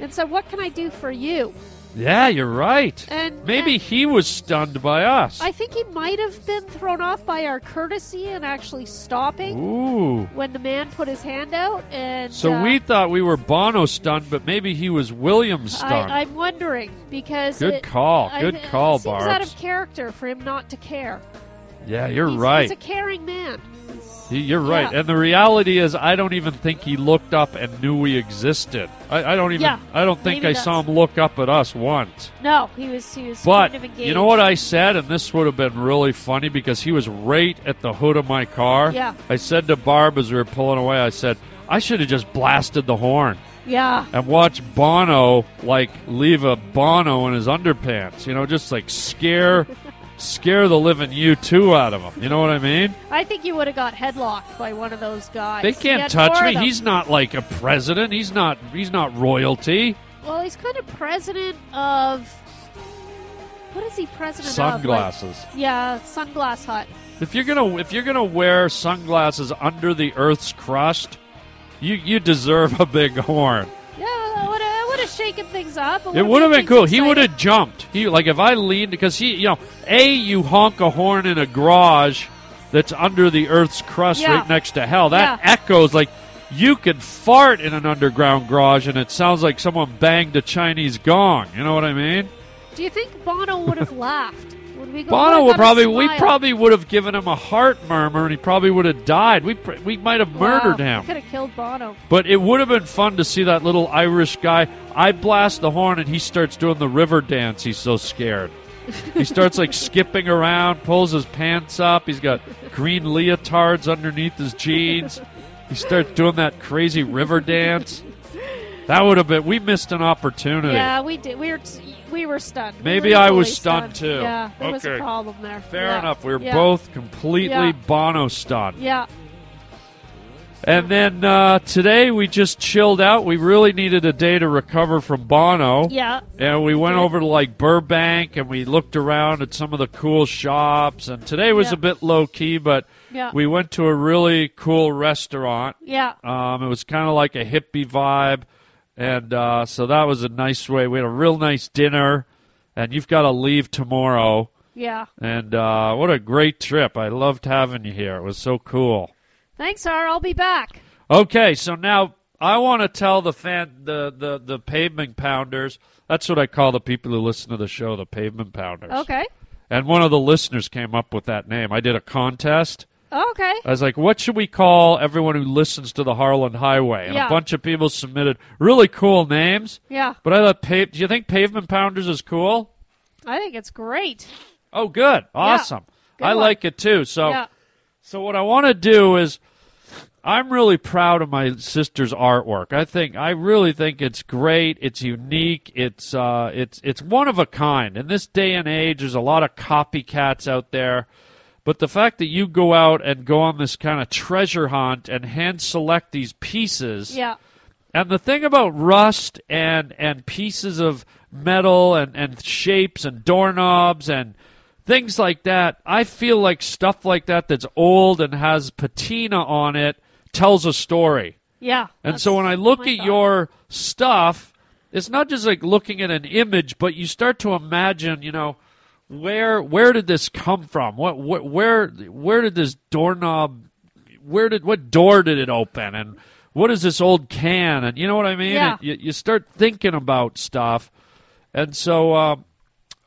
[SPEAKER 10] and said, What can I do for you?
[SPEAKER 1] Yeah, you're right.
[SPEAKER 10] And-
[SPEAKER 1] Maybe
[SPEAKER 10] and-
[SPEAKER 1] he was stunned by us.
[SPEAKER 10] I think he might have been thrown off by our courtesy and actually stopping
[SPEAKER 1] Ooh.
[SPEAKER 10] when the man put his hand out. And
[SPEAKER 1] So
[SPEAKER 10] uh,
[SPEAKER 1] we thought we were Bono stunned, but maybe he was William stunned.
[SPEAKER 10] I, I'm wondering because
[SPEAKER 1] Good
[SPEAKER 10] it-
[SPEAKER 1] call.
[SPEAKER 10] I-
[SPEAKER 1] Good
[SPEAKER 10] (laughs) it
[SPEAKER 1] call,
[SPEAKER 10] Seems out
[SPEAKER 1] Barbs.
[SPEAKER 10] of character for him not to care.
[SPEAKER 1] yeah, you're
[SPEAKER 10] He's-
[SPEAKER 1] right.
[SPEAKER 10] He's a caring man.
[SPEAKER 1] He- You're right.
[SPEAKER 10] Yeah.
[SPEAKER 1] And the reality is, I don't even think he looked up and knew we existed. I, I don't even.
[SPEAKER 10] Yeah,
[SPEAKER 1] I don't think
[SPEAKER 10] maybe
[SPEAKER 1] I
[SPEAKER 10] that's-
[SPEAKER 1] saw him look up at us once.
[SPEAKER 10] No, he was he was
[SPEAKER 1] But
[SPEAKER 10] kind of engaged.
[SPEAKER 1] you know what I said, and this would have been really funny because he was right at the hood of my car.
[SPEAKER 10] Yeah.
[SPEAKER 1] I said to Barb as we were pulling away, I said, I should have just blasted the horn
[SPEAKER 10] Yeah,
[SPEAKER 1] and watch Bono like leave a Bono in his underpants. You know, just like
[SPEAKER 10] (laughs)
[SPEAKER 1] scare, scare the living you two out of him. You know what I mean?
[SPEAKER 10] I think you would have got headlocked by one of those guys.
[SPEAKER 1] They
[SPEAKER 10] He
[SPEAKER 1] can't
[SPEAKER 10] had
[SPEAKER 1] touch
[SPEAKER 10] four
[SPEAKER 1] me.
[SPEAKER 10] of them.
[SPEAKER 1] He's not like a president. He's not. He's not royalty.
[SPEAKER 10] well, he's kind of president of what is he president of?
[SPEAKER 1] Sunglasses.
[SPEAKER 10] Like- yeah, sunglass hut.
[SPEAKER 1] If you're gonna if you're gonna wear sunglasses under the Earth's crust, you you deserve a big (laughs) horn.
[SPEAKER 10] Yeah, I would have, I would have shaken things up. I
[SPEAKER 1] It
[SPEAKER 10] would've
[SPEAKER 1] would have
[SPEAKER 10] made
[SPEAKER 1] been
[SPEAKER 10] things
[SPEAKER 1] cool. He
[SPEAKER 10] exciting.
[SPEAKER 1] would have jumped. He like if I leaned because he you know a you honk a horn in a garage that's under the Earth's crust
[SPEAKER 10] Yeah.
[SPEAKER 1] right next to hell. That
[SPEAKER 10] Yeah.
[SPEAKER 1] echoes like you could fart in an underground garage and it sounds like someone banged a Chinese gong. You know what I mean?
[SPEAKER 10] Do you think Bono would have (laughs) laughed? Would we go,
[SPEAKER 1] Bono
[SPEAKER 10] "Oh,
[SPEAKER 1] would
[SPEAKER 10] I got a
[SPEAKER 1] probably we
[SPEAKER 10] smile."
[SPEAKER 1] probably would have given him a heart murmur and he probably would have died. We pr- we might have murdered
[SPEAKER 10] Wow,
[SPEAKER 1] him.
[SPEAKER 10] Could have killed Bono.
[SPEAKER 1] But it would have been fun to see that little Irish guy. I blast the horn and he starts doing the river dance. He's so scared. He starts like skipping around, pulls his pants up. He's got green leotards underneath his jeans. He starts doing that crazy river dance. That would have been. We missed an opportunity.
[SPEAKER 10] Yeah, we did. We were t- we were stunned. We
[SPEAKER 1] Maybe
[SPEAKER 10] were
[SPEAKER 1] I was
[SPEAKER 10] equally
[SPEAKER 1] stunned, too.
[SPEAKER 10] Yeah, there was a
[SPEAKER 1] Okay.
[SPEAKER 10] problem there.
[SPEAKER 1] Fair
[SPEAKER 10] Yeah.
[SPEAKER 1] enough. We were
[SPEAKER 10] Yeah.
[SPEAKER 1] both completely
[SPEAKER 10] Yeah.
[SPEAKER 1] Bono stunned.
[SPEAKER 10] Yeah,
[SPEAKER 1] And then uh, today we just chilled out. We really needed a day to recover from Bono.
[SPEAKER 10] yeah.
[SPEAKER 1] And we went
[SPEAKER 10] Yeah.
[SPEAKER 1] over to like Burbank and we looked around at some of the cool shops. And today was
[SPEAKER 10] Yeah.
[SPEAKER 1] a bit low key, but
[SPEAKER 10] Yeah.
[SPEAKER 1] we went to a really cool restaurant.
[SPEAKER 10] Yeah.
[SPEAKER 1] Um, it was kind of like a hippie vibe. And uh, so that was a nice way. We had a real nice dinner. And you've got to leave tomorrow.
[SPEAKER 10] Yeah.
[SPEAKER 1] And uh, what a great trip. I loved having you here. It was so cool.
[SPEAKER 10] Thanks, R. I'll be back.
[SPEAKER 1] Okay, so now I want to tell the fan, the, the the pavement pounders. That's what I call the people who listen to the show, the pavement pounders.
[SPEAKER 10] Okay.
[SPEAKER 1] And one of the listeners came up with that name. I did a contest.
[SPEAKER 10] Okay.
[SPEAKER 1] I was like, "What should we call everyone who listens to the Harlan Highway?" And
[SPEAKER 10] Yeah.
[SPEAKER 1] a bunch of people submitted really cool names.
[SPEAKER 10] Yeah.
[SPEAKER 1] But I thought, pa- do you think pavement pounders is cool?
[SPEAKER 10] I think it's great.
[SPEAKER 1] Oh, good, awesome.
[SPEAKER 10] Good
[SPEAKER 1] I
[SPEAKER 10] one.
[SPEAKER 1] like it too. So.
[SPEAKER 10] Yeah.
[SPEAKER 1] So what I want to do is I'm really proud of my sister's artwork. I think I really think it's great. It's unique. It's uh it's it's one of a kind. In this day and age there's a lot of copycats out there. But the fact that you go out and go on this kind of treasure hunt and hand select these pieces
[SPEAKER 10] Yeah.
[SPEAKER 1] and the thing about rust and and pieces of metal and and shapes and doorknobs and things like that, I feel like stuff like that that's old and has patina on it tells a story.
[SPEAKER 10] Yeah.
[SPEAKER 1] And
[SPEAKER 10] That's
[SPEAKER 1] so when I look
[SPEAKER 10] my
[SPEAKER 1] at
[SPEAKER 10] thought.
[SPEAKER 1] your stuff, it's not just like looking at an image, but you start to imagine, you know, where where did this come from? What wh- where where did this doorknob where did what door did it open and what is this old can and you know what I mean?
[SPEAKER 10] Yeah.
[SPEAKER 1] you, you start thinking about stuff. And so um,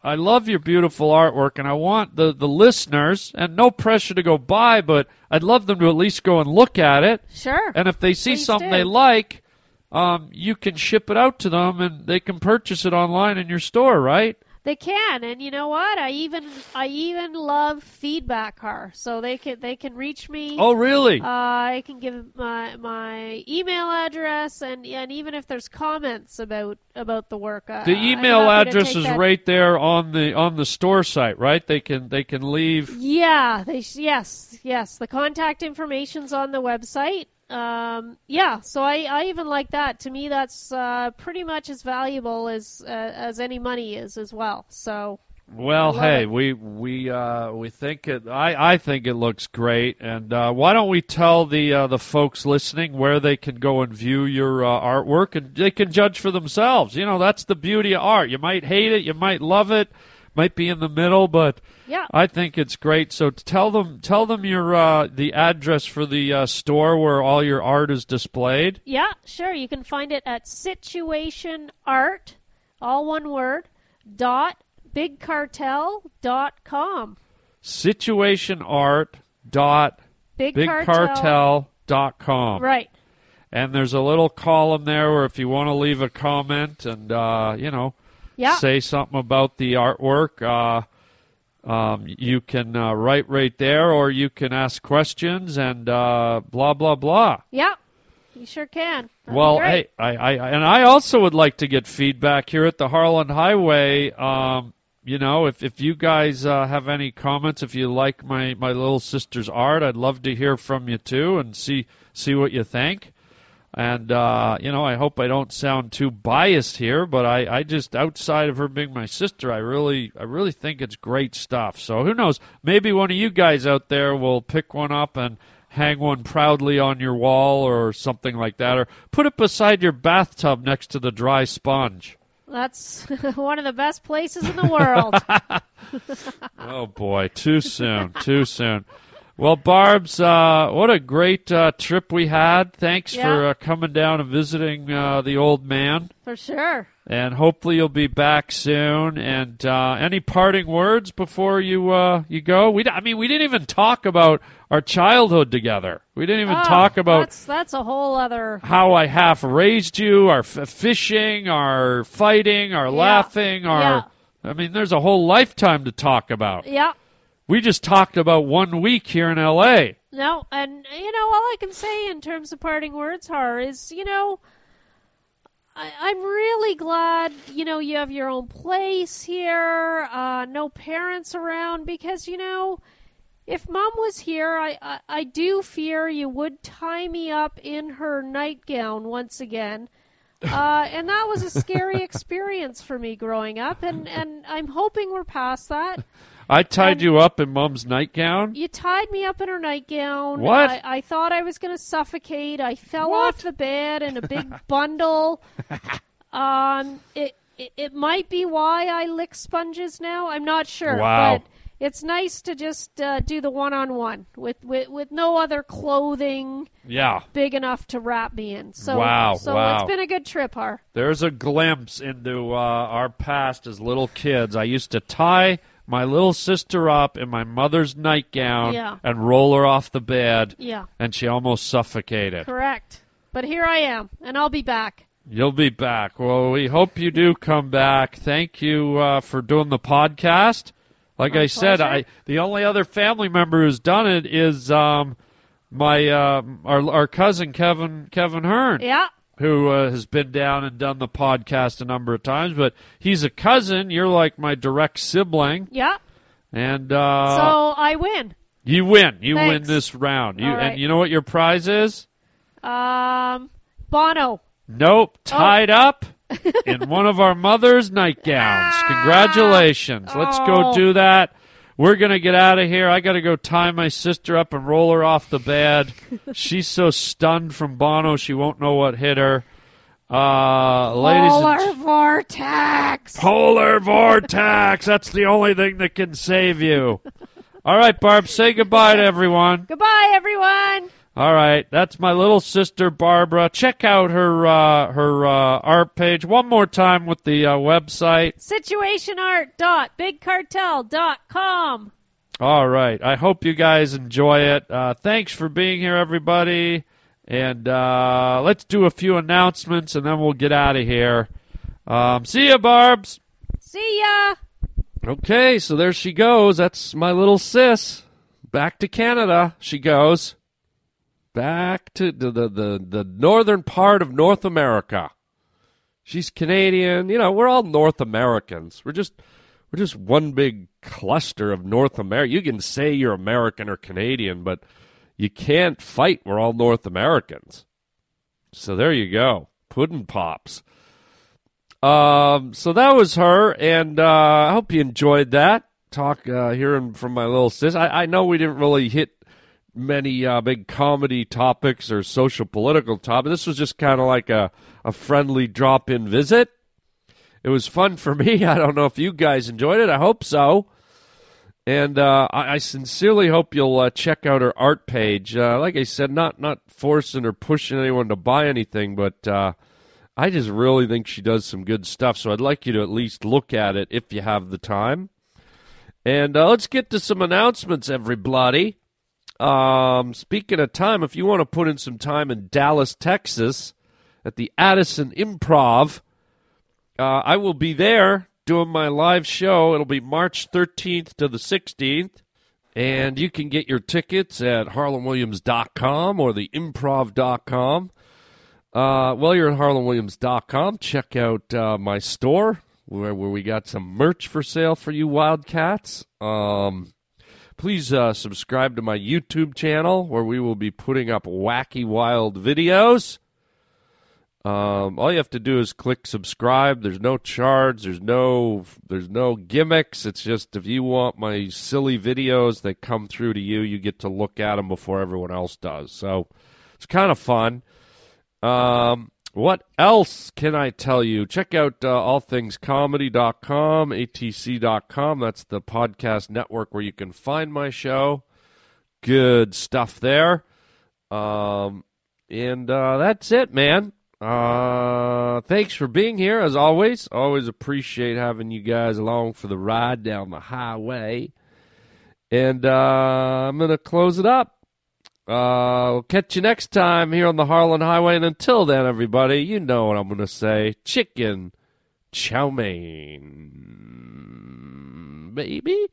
[SPEAKER 1] I love your beautiful artwork, and I want the, the listeners, and no pressure to go buy, but I'd love them to at least go and look at it.
[SPEAKER 10] Sure.
[SPEAKER 1] And if they see
[SPEAKER 10] Please
[SPEAKER 1] something
[SPEAKER 10] do.
[SPEAKER 1] they like, um, you can ship it out to them, and they can purchase it online in your store, right?
[SPEAKER 10] They can, and you know what? I even I even love feedback, car. So they can they can reach me.
[SPEAKER 1] Oh, really?
[SPEAKER 10] Uh, I can give my my email address, and and even if there's comments about about the work, I-
[SPEAKER 1] the
[SPEAKER 10] I'm
[SPEAKER 1] email
[SPEAKER 10] happy to
[SPEAKER 1] address
[SPEAKER 10] take
[SPEAKER 1] is
[SPEAKER 10] that-
[SPEAKER 1] right there on the on the store site, right? They can they can leave.
[SPEAKER 10] Yeah, they sh- yes, yes. The contact information's on the website. Um, yeah, so I, I even like that. To me, that's uh, pretty much as valuable as uh, as any money is as well. So
[SPEAKER 1] Well,
[SPEAKER 10] love
[SPEAKER 1] hey,
[SPEAKER 10] it.
[SPEAKER 1] we we uh, we think it. I, I think it looks great, and uh, why don't we tell the uh, the folks listening where they can go and view your uh, artwork, and they can judge for themselves. You know, that's the beauty of art. You might hate it, you might love it, might be in the middle, but
[SPEAKER 10] Yeah.
[SPEAKER 1] I think it's great. So tell them tell them your uh, the address for the uh, store where all your art is displayed.
[SPEAKER 10] Yeah, sure. You can find it at Situation Art, all one word, dot bigcartel.com.
[SPEAKER 1] Situationart.bigcartel.com.
[SPEAKER 10] Big,
[SPEAKER 1] Bigcartel.com.
[SPEAKER 10] Right.
[SPEAKER 1] And there's a little column there where if you want to leave a comment and uh, you know
[SPEAKER 10] Yeah.
[SPEAKER 1] say something about the artwork, uh, um, you can uh, write right there, or you can ask questions and uh, blah blah blah.
[SPEAKER 10] yeah. You sure can. That'd be
[SPEAKER 1] well,
[SPEAKER 10] great.
[SPEAKER 1] hey, I, I I- and I also would like to get feedback here at the Harlan Highway. Um, you know, if if you guys uh, have any comments, if you like my my little sister's art, I'd love to hear from you too and see see what you think. And uh, you know, I hope I don't sound too biased here, but I, I just outside of her being my sister, I really I really think it's great stuff. So who knows? Maybe one of you guys out there will pick one up and hang one proudly on your wall or something like that, or put it beside your bathtub next to the dry sponge.
[SPEAKER 10] That's (laughs) one of the best places in
[SPEAKER 1] (laughs)
[SPEAKER 10] the world.
[SPEAKER 1] Oh boy, too soon, too soon. Well, Barb's, uh, what a great uh, trip we had. Thanks for
[SPEAKER 10] Yeah.
[SPEAKER 1] uh, coming down and visiting uh, the old man.
[SPEAKER 10] For sure.
[SPEAKER 1] and hopefully you'll be back soon. And uh, any parting words before you uh, you go? We d- I mean we didn't even talk about our childhood together. We didn't even
[SPEAKER 10] Oh,
[SPEAKER 1] talk about
[SPEAKER 10] that's, that's a whole other
[SPEAKER 1] how I half raised you, our f- fishing, our fighting, our laughing, our I mean there's a whole lifetime to talk about.
[SPEAKER 10] yeah.
[SPEAKER 1] We just talked about one week here in L.A.
[SPEAKER 10] No, and you know all I can say in terms of parting words, Har, is you know, I, I'm really glad you know you have your own place here, uh, no parents around, because you know, if Mom was here, I, I I do fear you would tie me up in her nightgown once again. Uh, and that was a scary experience for me growing up, and, and I'm hoping we're past that.
[SPEAKER 1] I tied you up in Mom's nightgown.
[SPEAKER 10] You tied me up in her nightgown.
[SPEAKER 1] What?
[SPEAKER 10] I, I thought I was going to suffocate. I fell
[SPEAKER 1] What?
[SPEAKER 10] off the bed in a big
[SPEAKER 1] (laughs)
[SPEAKER 10] bundle. um, it, it it might be why I lick sponges now. I'm not sure.
[SPEAKER 1] Wow.
[SPEAKER 10] But it's nice to just uh, do the one on one with with with no other clothing
[SPEAKER 1] Yeah.
[SPEAKER 10] big enough to wrap me in. So
[SPEAKER 1] Wow,
[SPEAKER 10] So
[SPEAKER 1] wow.
[SPEAKER 10] it's been a good trip, Har.
[SPEAKER 1] There's a glimpse into uh, our past as little kids. I used to tie my little sister up in my mother's nightgown
[SPEAKER 10] Yeah.
[SPEAKER 1] and roll her off the bed,
[SPEAKER 10] Yeah.
[SPEAKER 1] and she almost suffocated.
[SPEAKER 10] Correct. But here I am, and I'll be back.
[SPEAKER 1] You'll be back. Well, we hope you do come back. Thank you uh, for doing the podcast. Like I said,
[SPEAKER 10] pleasure.
[SPEAKER 1] I the only other family member who's done it is um, my uh, our, our cousin Kevin Kevin Hearn.
[SPEAKER 10] Yeah.
[SPEAKER 1] who uh, has been down and done the podcast a number of times, but he's a cousin. You're like my direct sibling,
[SPEAKER 10] Yeah.
[SPEAKER 1] and uh,
[SPEAKER 10] so I win.
[SPEAKER 1] you win. You win
[SPEAKER 10] Thanks.
[SPEAKER 1] this round. You
[SPEAKER 10] All right.
[SPEAKER 1] and you know what your prize is?
[SPEAKER 10] Um, Bono. Oh.
[SPEAKER 1] Nope, tied
[SPEAKER 10] (laughs)
[SPEAKER 1] up in one of our mother's nightgowns. Congratulations. Let's go
[SPEAKER 10] Ah. Oh.
[SPEAKER 1] do that. We're going to get out of here. I got to go tie my sister up and roll her off the
[SPEAKER 10] (laughs)
[SPEAKER 1] bed. She's so stunned from Bono, she won't know what hit her. Uh, ladies and
[SPEAKER 10] Polar vortex.
[SPEAKER 1] Polar vortex. That's the only thing that can save you. All right, Barb, say goodbye to everyone.
[SPEAKER 10] Goodbye, everyone.
[SPEAKER 1] All right, that's my little sister Barbara. Check out her uh, her uh, art page one more time with the uh, website.
[SPEAKER 10] Situationart.bigcartel.com.
[SPEAKER 1] All right, I hope you guys enjoy it. Uh, thanks for being here, everybody. And uh, let's do a few announcements, and then we'll get out of here. Um, see ya, Barb's.
[SPEAKER 10] See ya.
[SPEAKER 1] Okay, so there she goes. That's my little sis. Back to Canada she goes. Back to the the the, the northern part of North America. She's Canadian. You know, we're all North Americans. We're just we're just one big cluster of North America. You can say you're American or Canadian, but you can't fight. We're all North Americans. So there you go. Puddin' pops. Um, so that was her, and uh, I hope you enjoyed that talk. Uh, hearing from my little sis, I, I know we didn't really hit many uh, big comedy topics or social political topics. This was just kind of like a, a friendly drop in visit. It was fun for me. (laughs) I don't know if you guys enjoyed it. I hope so. And uh, I, I sincerely hope you'll uh, check out her art page. Uh, like I said, not not forcing or pushing anyone to buy anything, but uh, I just really think she does some good stuff. So I'd like you to at least look at it if you have the time. And uh, let's get to some announcements, everybody. Um, speaking of time, if you want to put in some time in Dallas, Texas, at the Addison Improv, uh, I will be there doing my live show. It'll be March 13th to the 16th. And you can get your tickets at harlemwilliams.com or theimprov.com. Uh, while you're at harlemwilliams.com, check out uh, my store where, where we got some merch for sale for you Wildcats. Um, please uh, subscribe to my YouTube channel where we will be putting up wacky wild videos. Um, all you have to do is click subscribe. There's no charge. There's no there's no gimmicks. It's just if you want my silly videos that come through to you, you get to look at them before everyone else does. So it's kind of fun. Um, what else can I tell you? Check out uh, allthingscomedy.com, atc.com. That's the podcast network where you can find my show. Good stuff there. Um, and uh, that's it, man. Uh, thanks for being here, as always. Always appreciate having you guys along for the ride down the highway. And uh, I'm going to close it up. Uh, we'll catch you next time here on the Harlan Highway. And until then, everybody, you know what I'm going to say chicken chow mein, baby.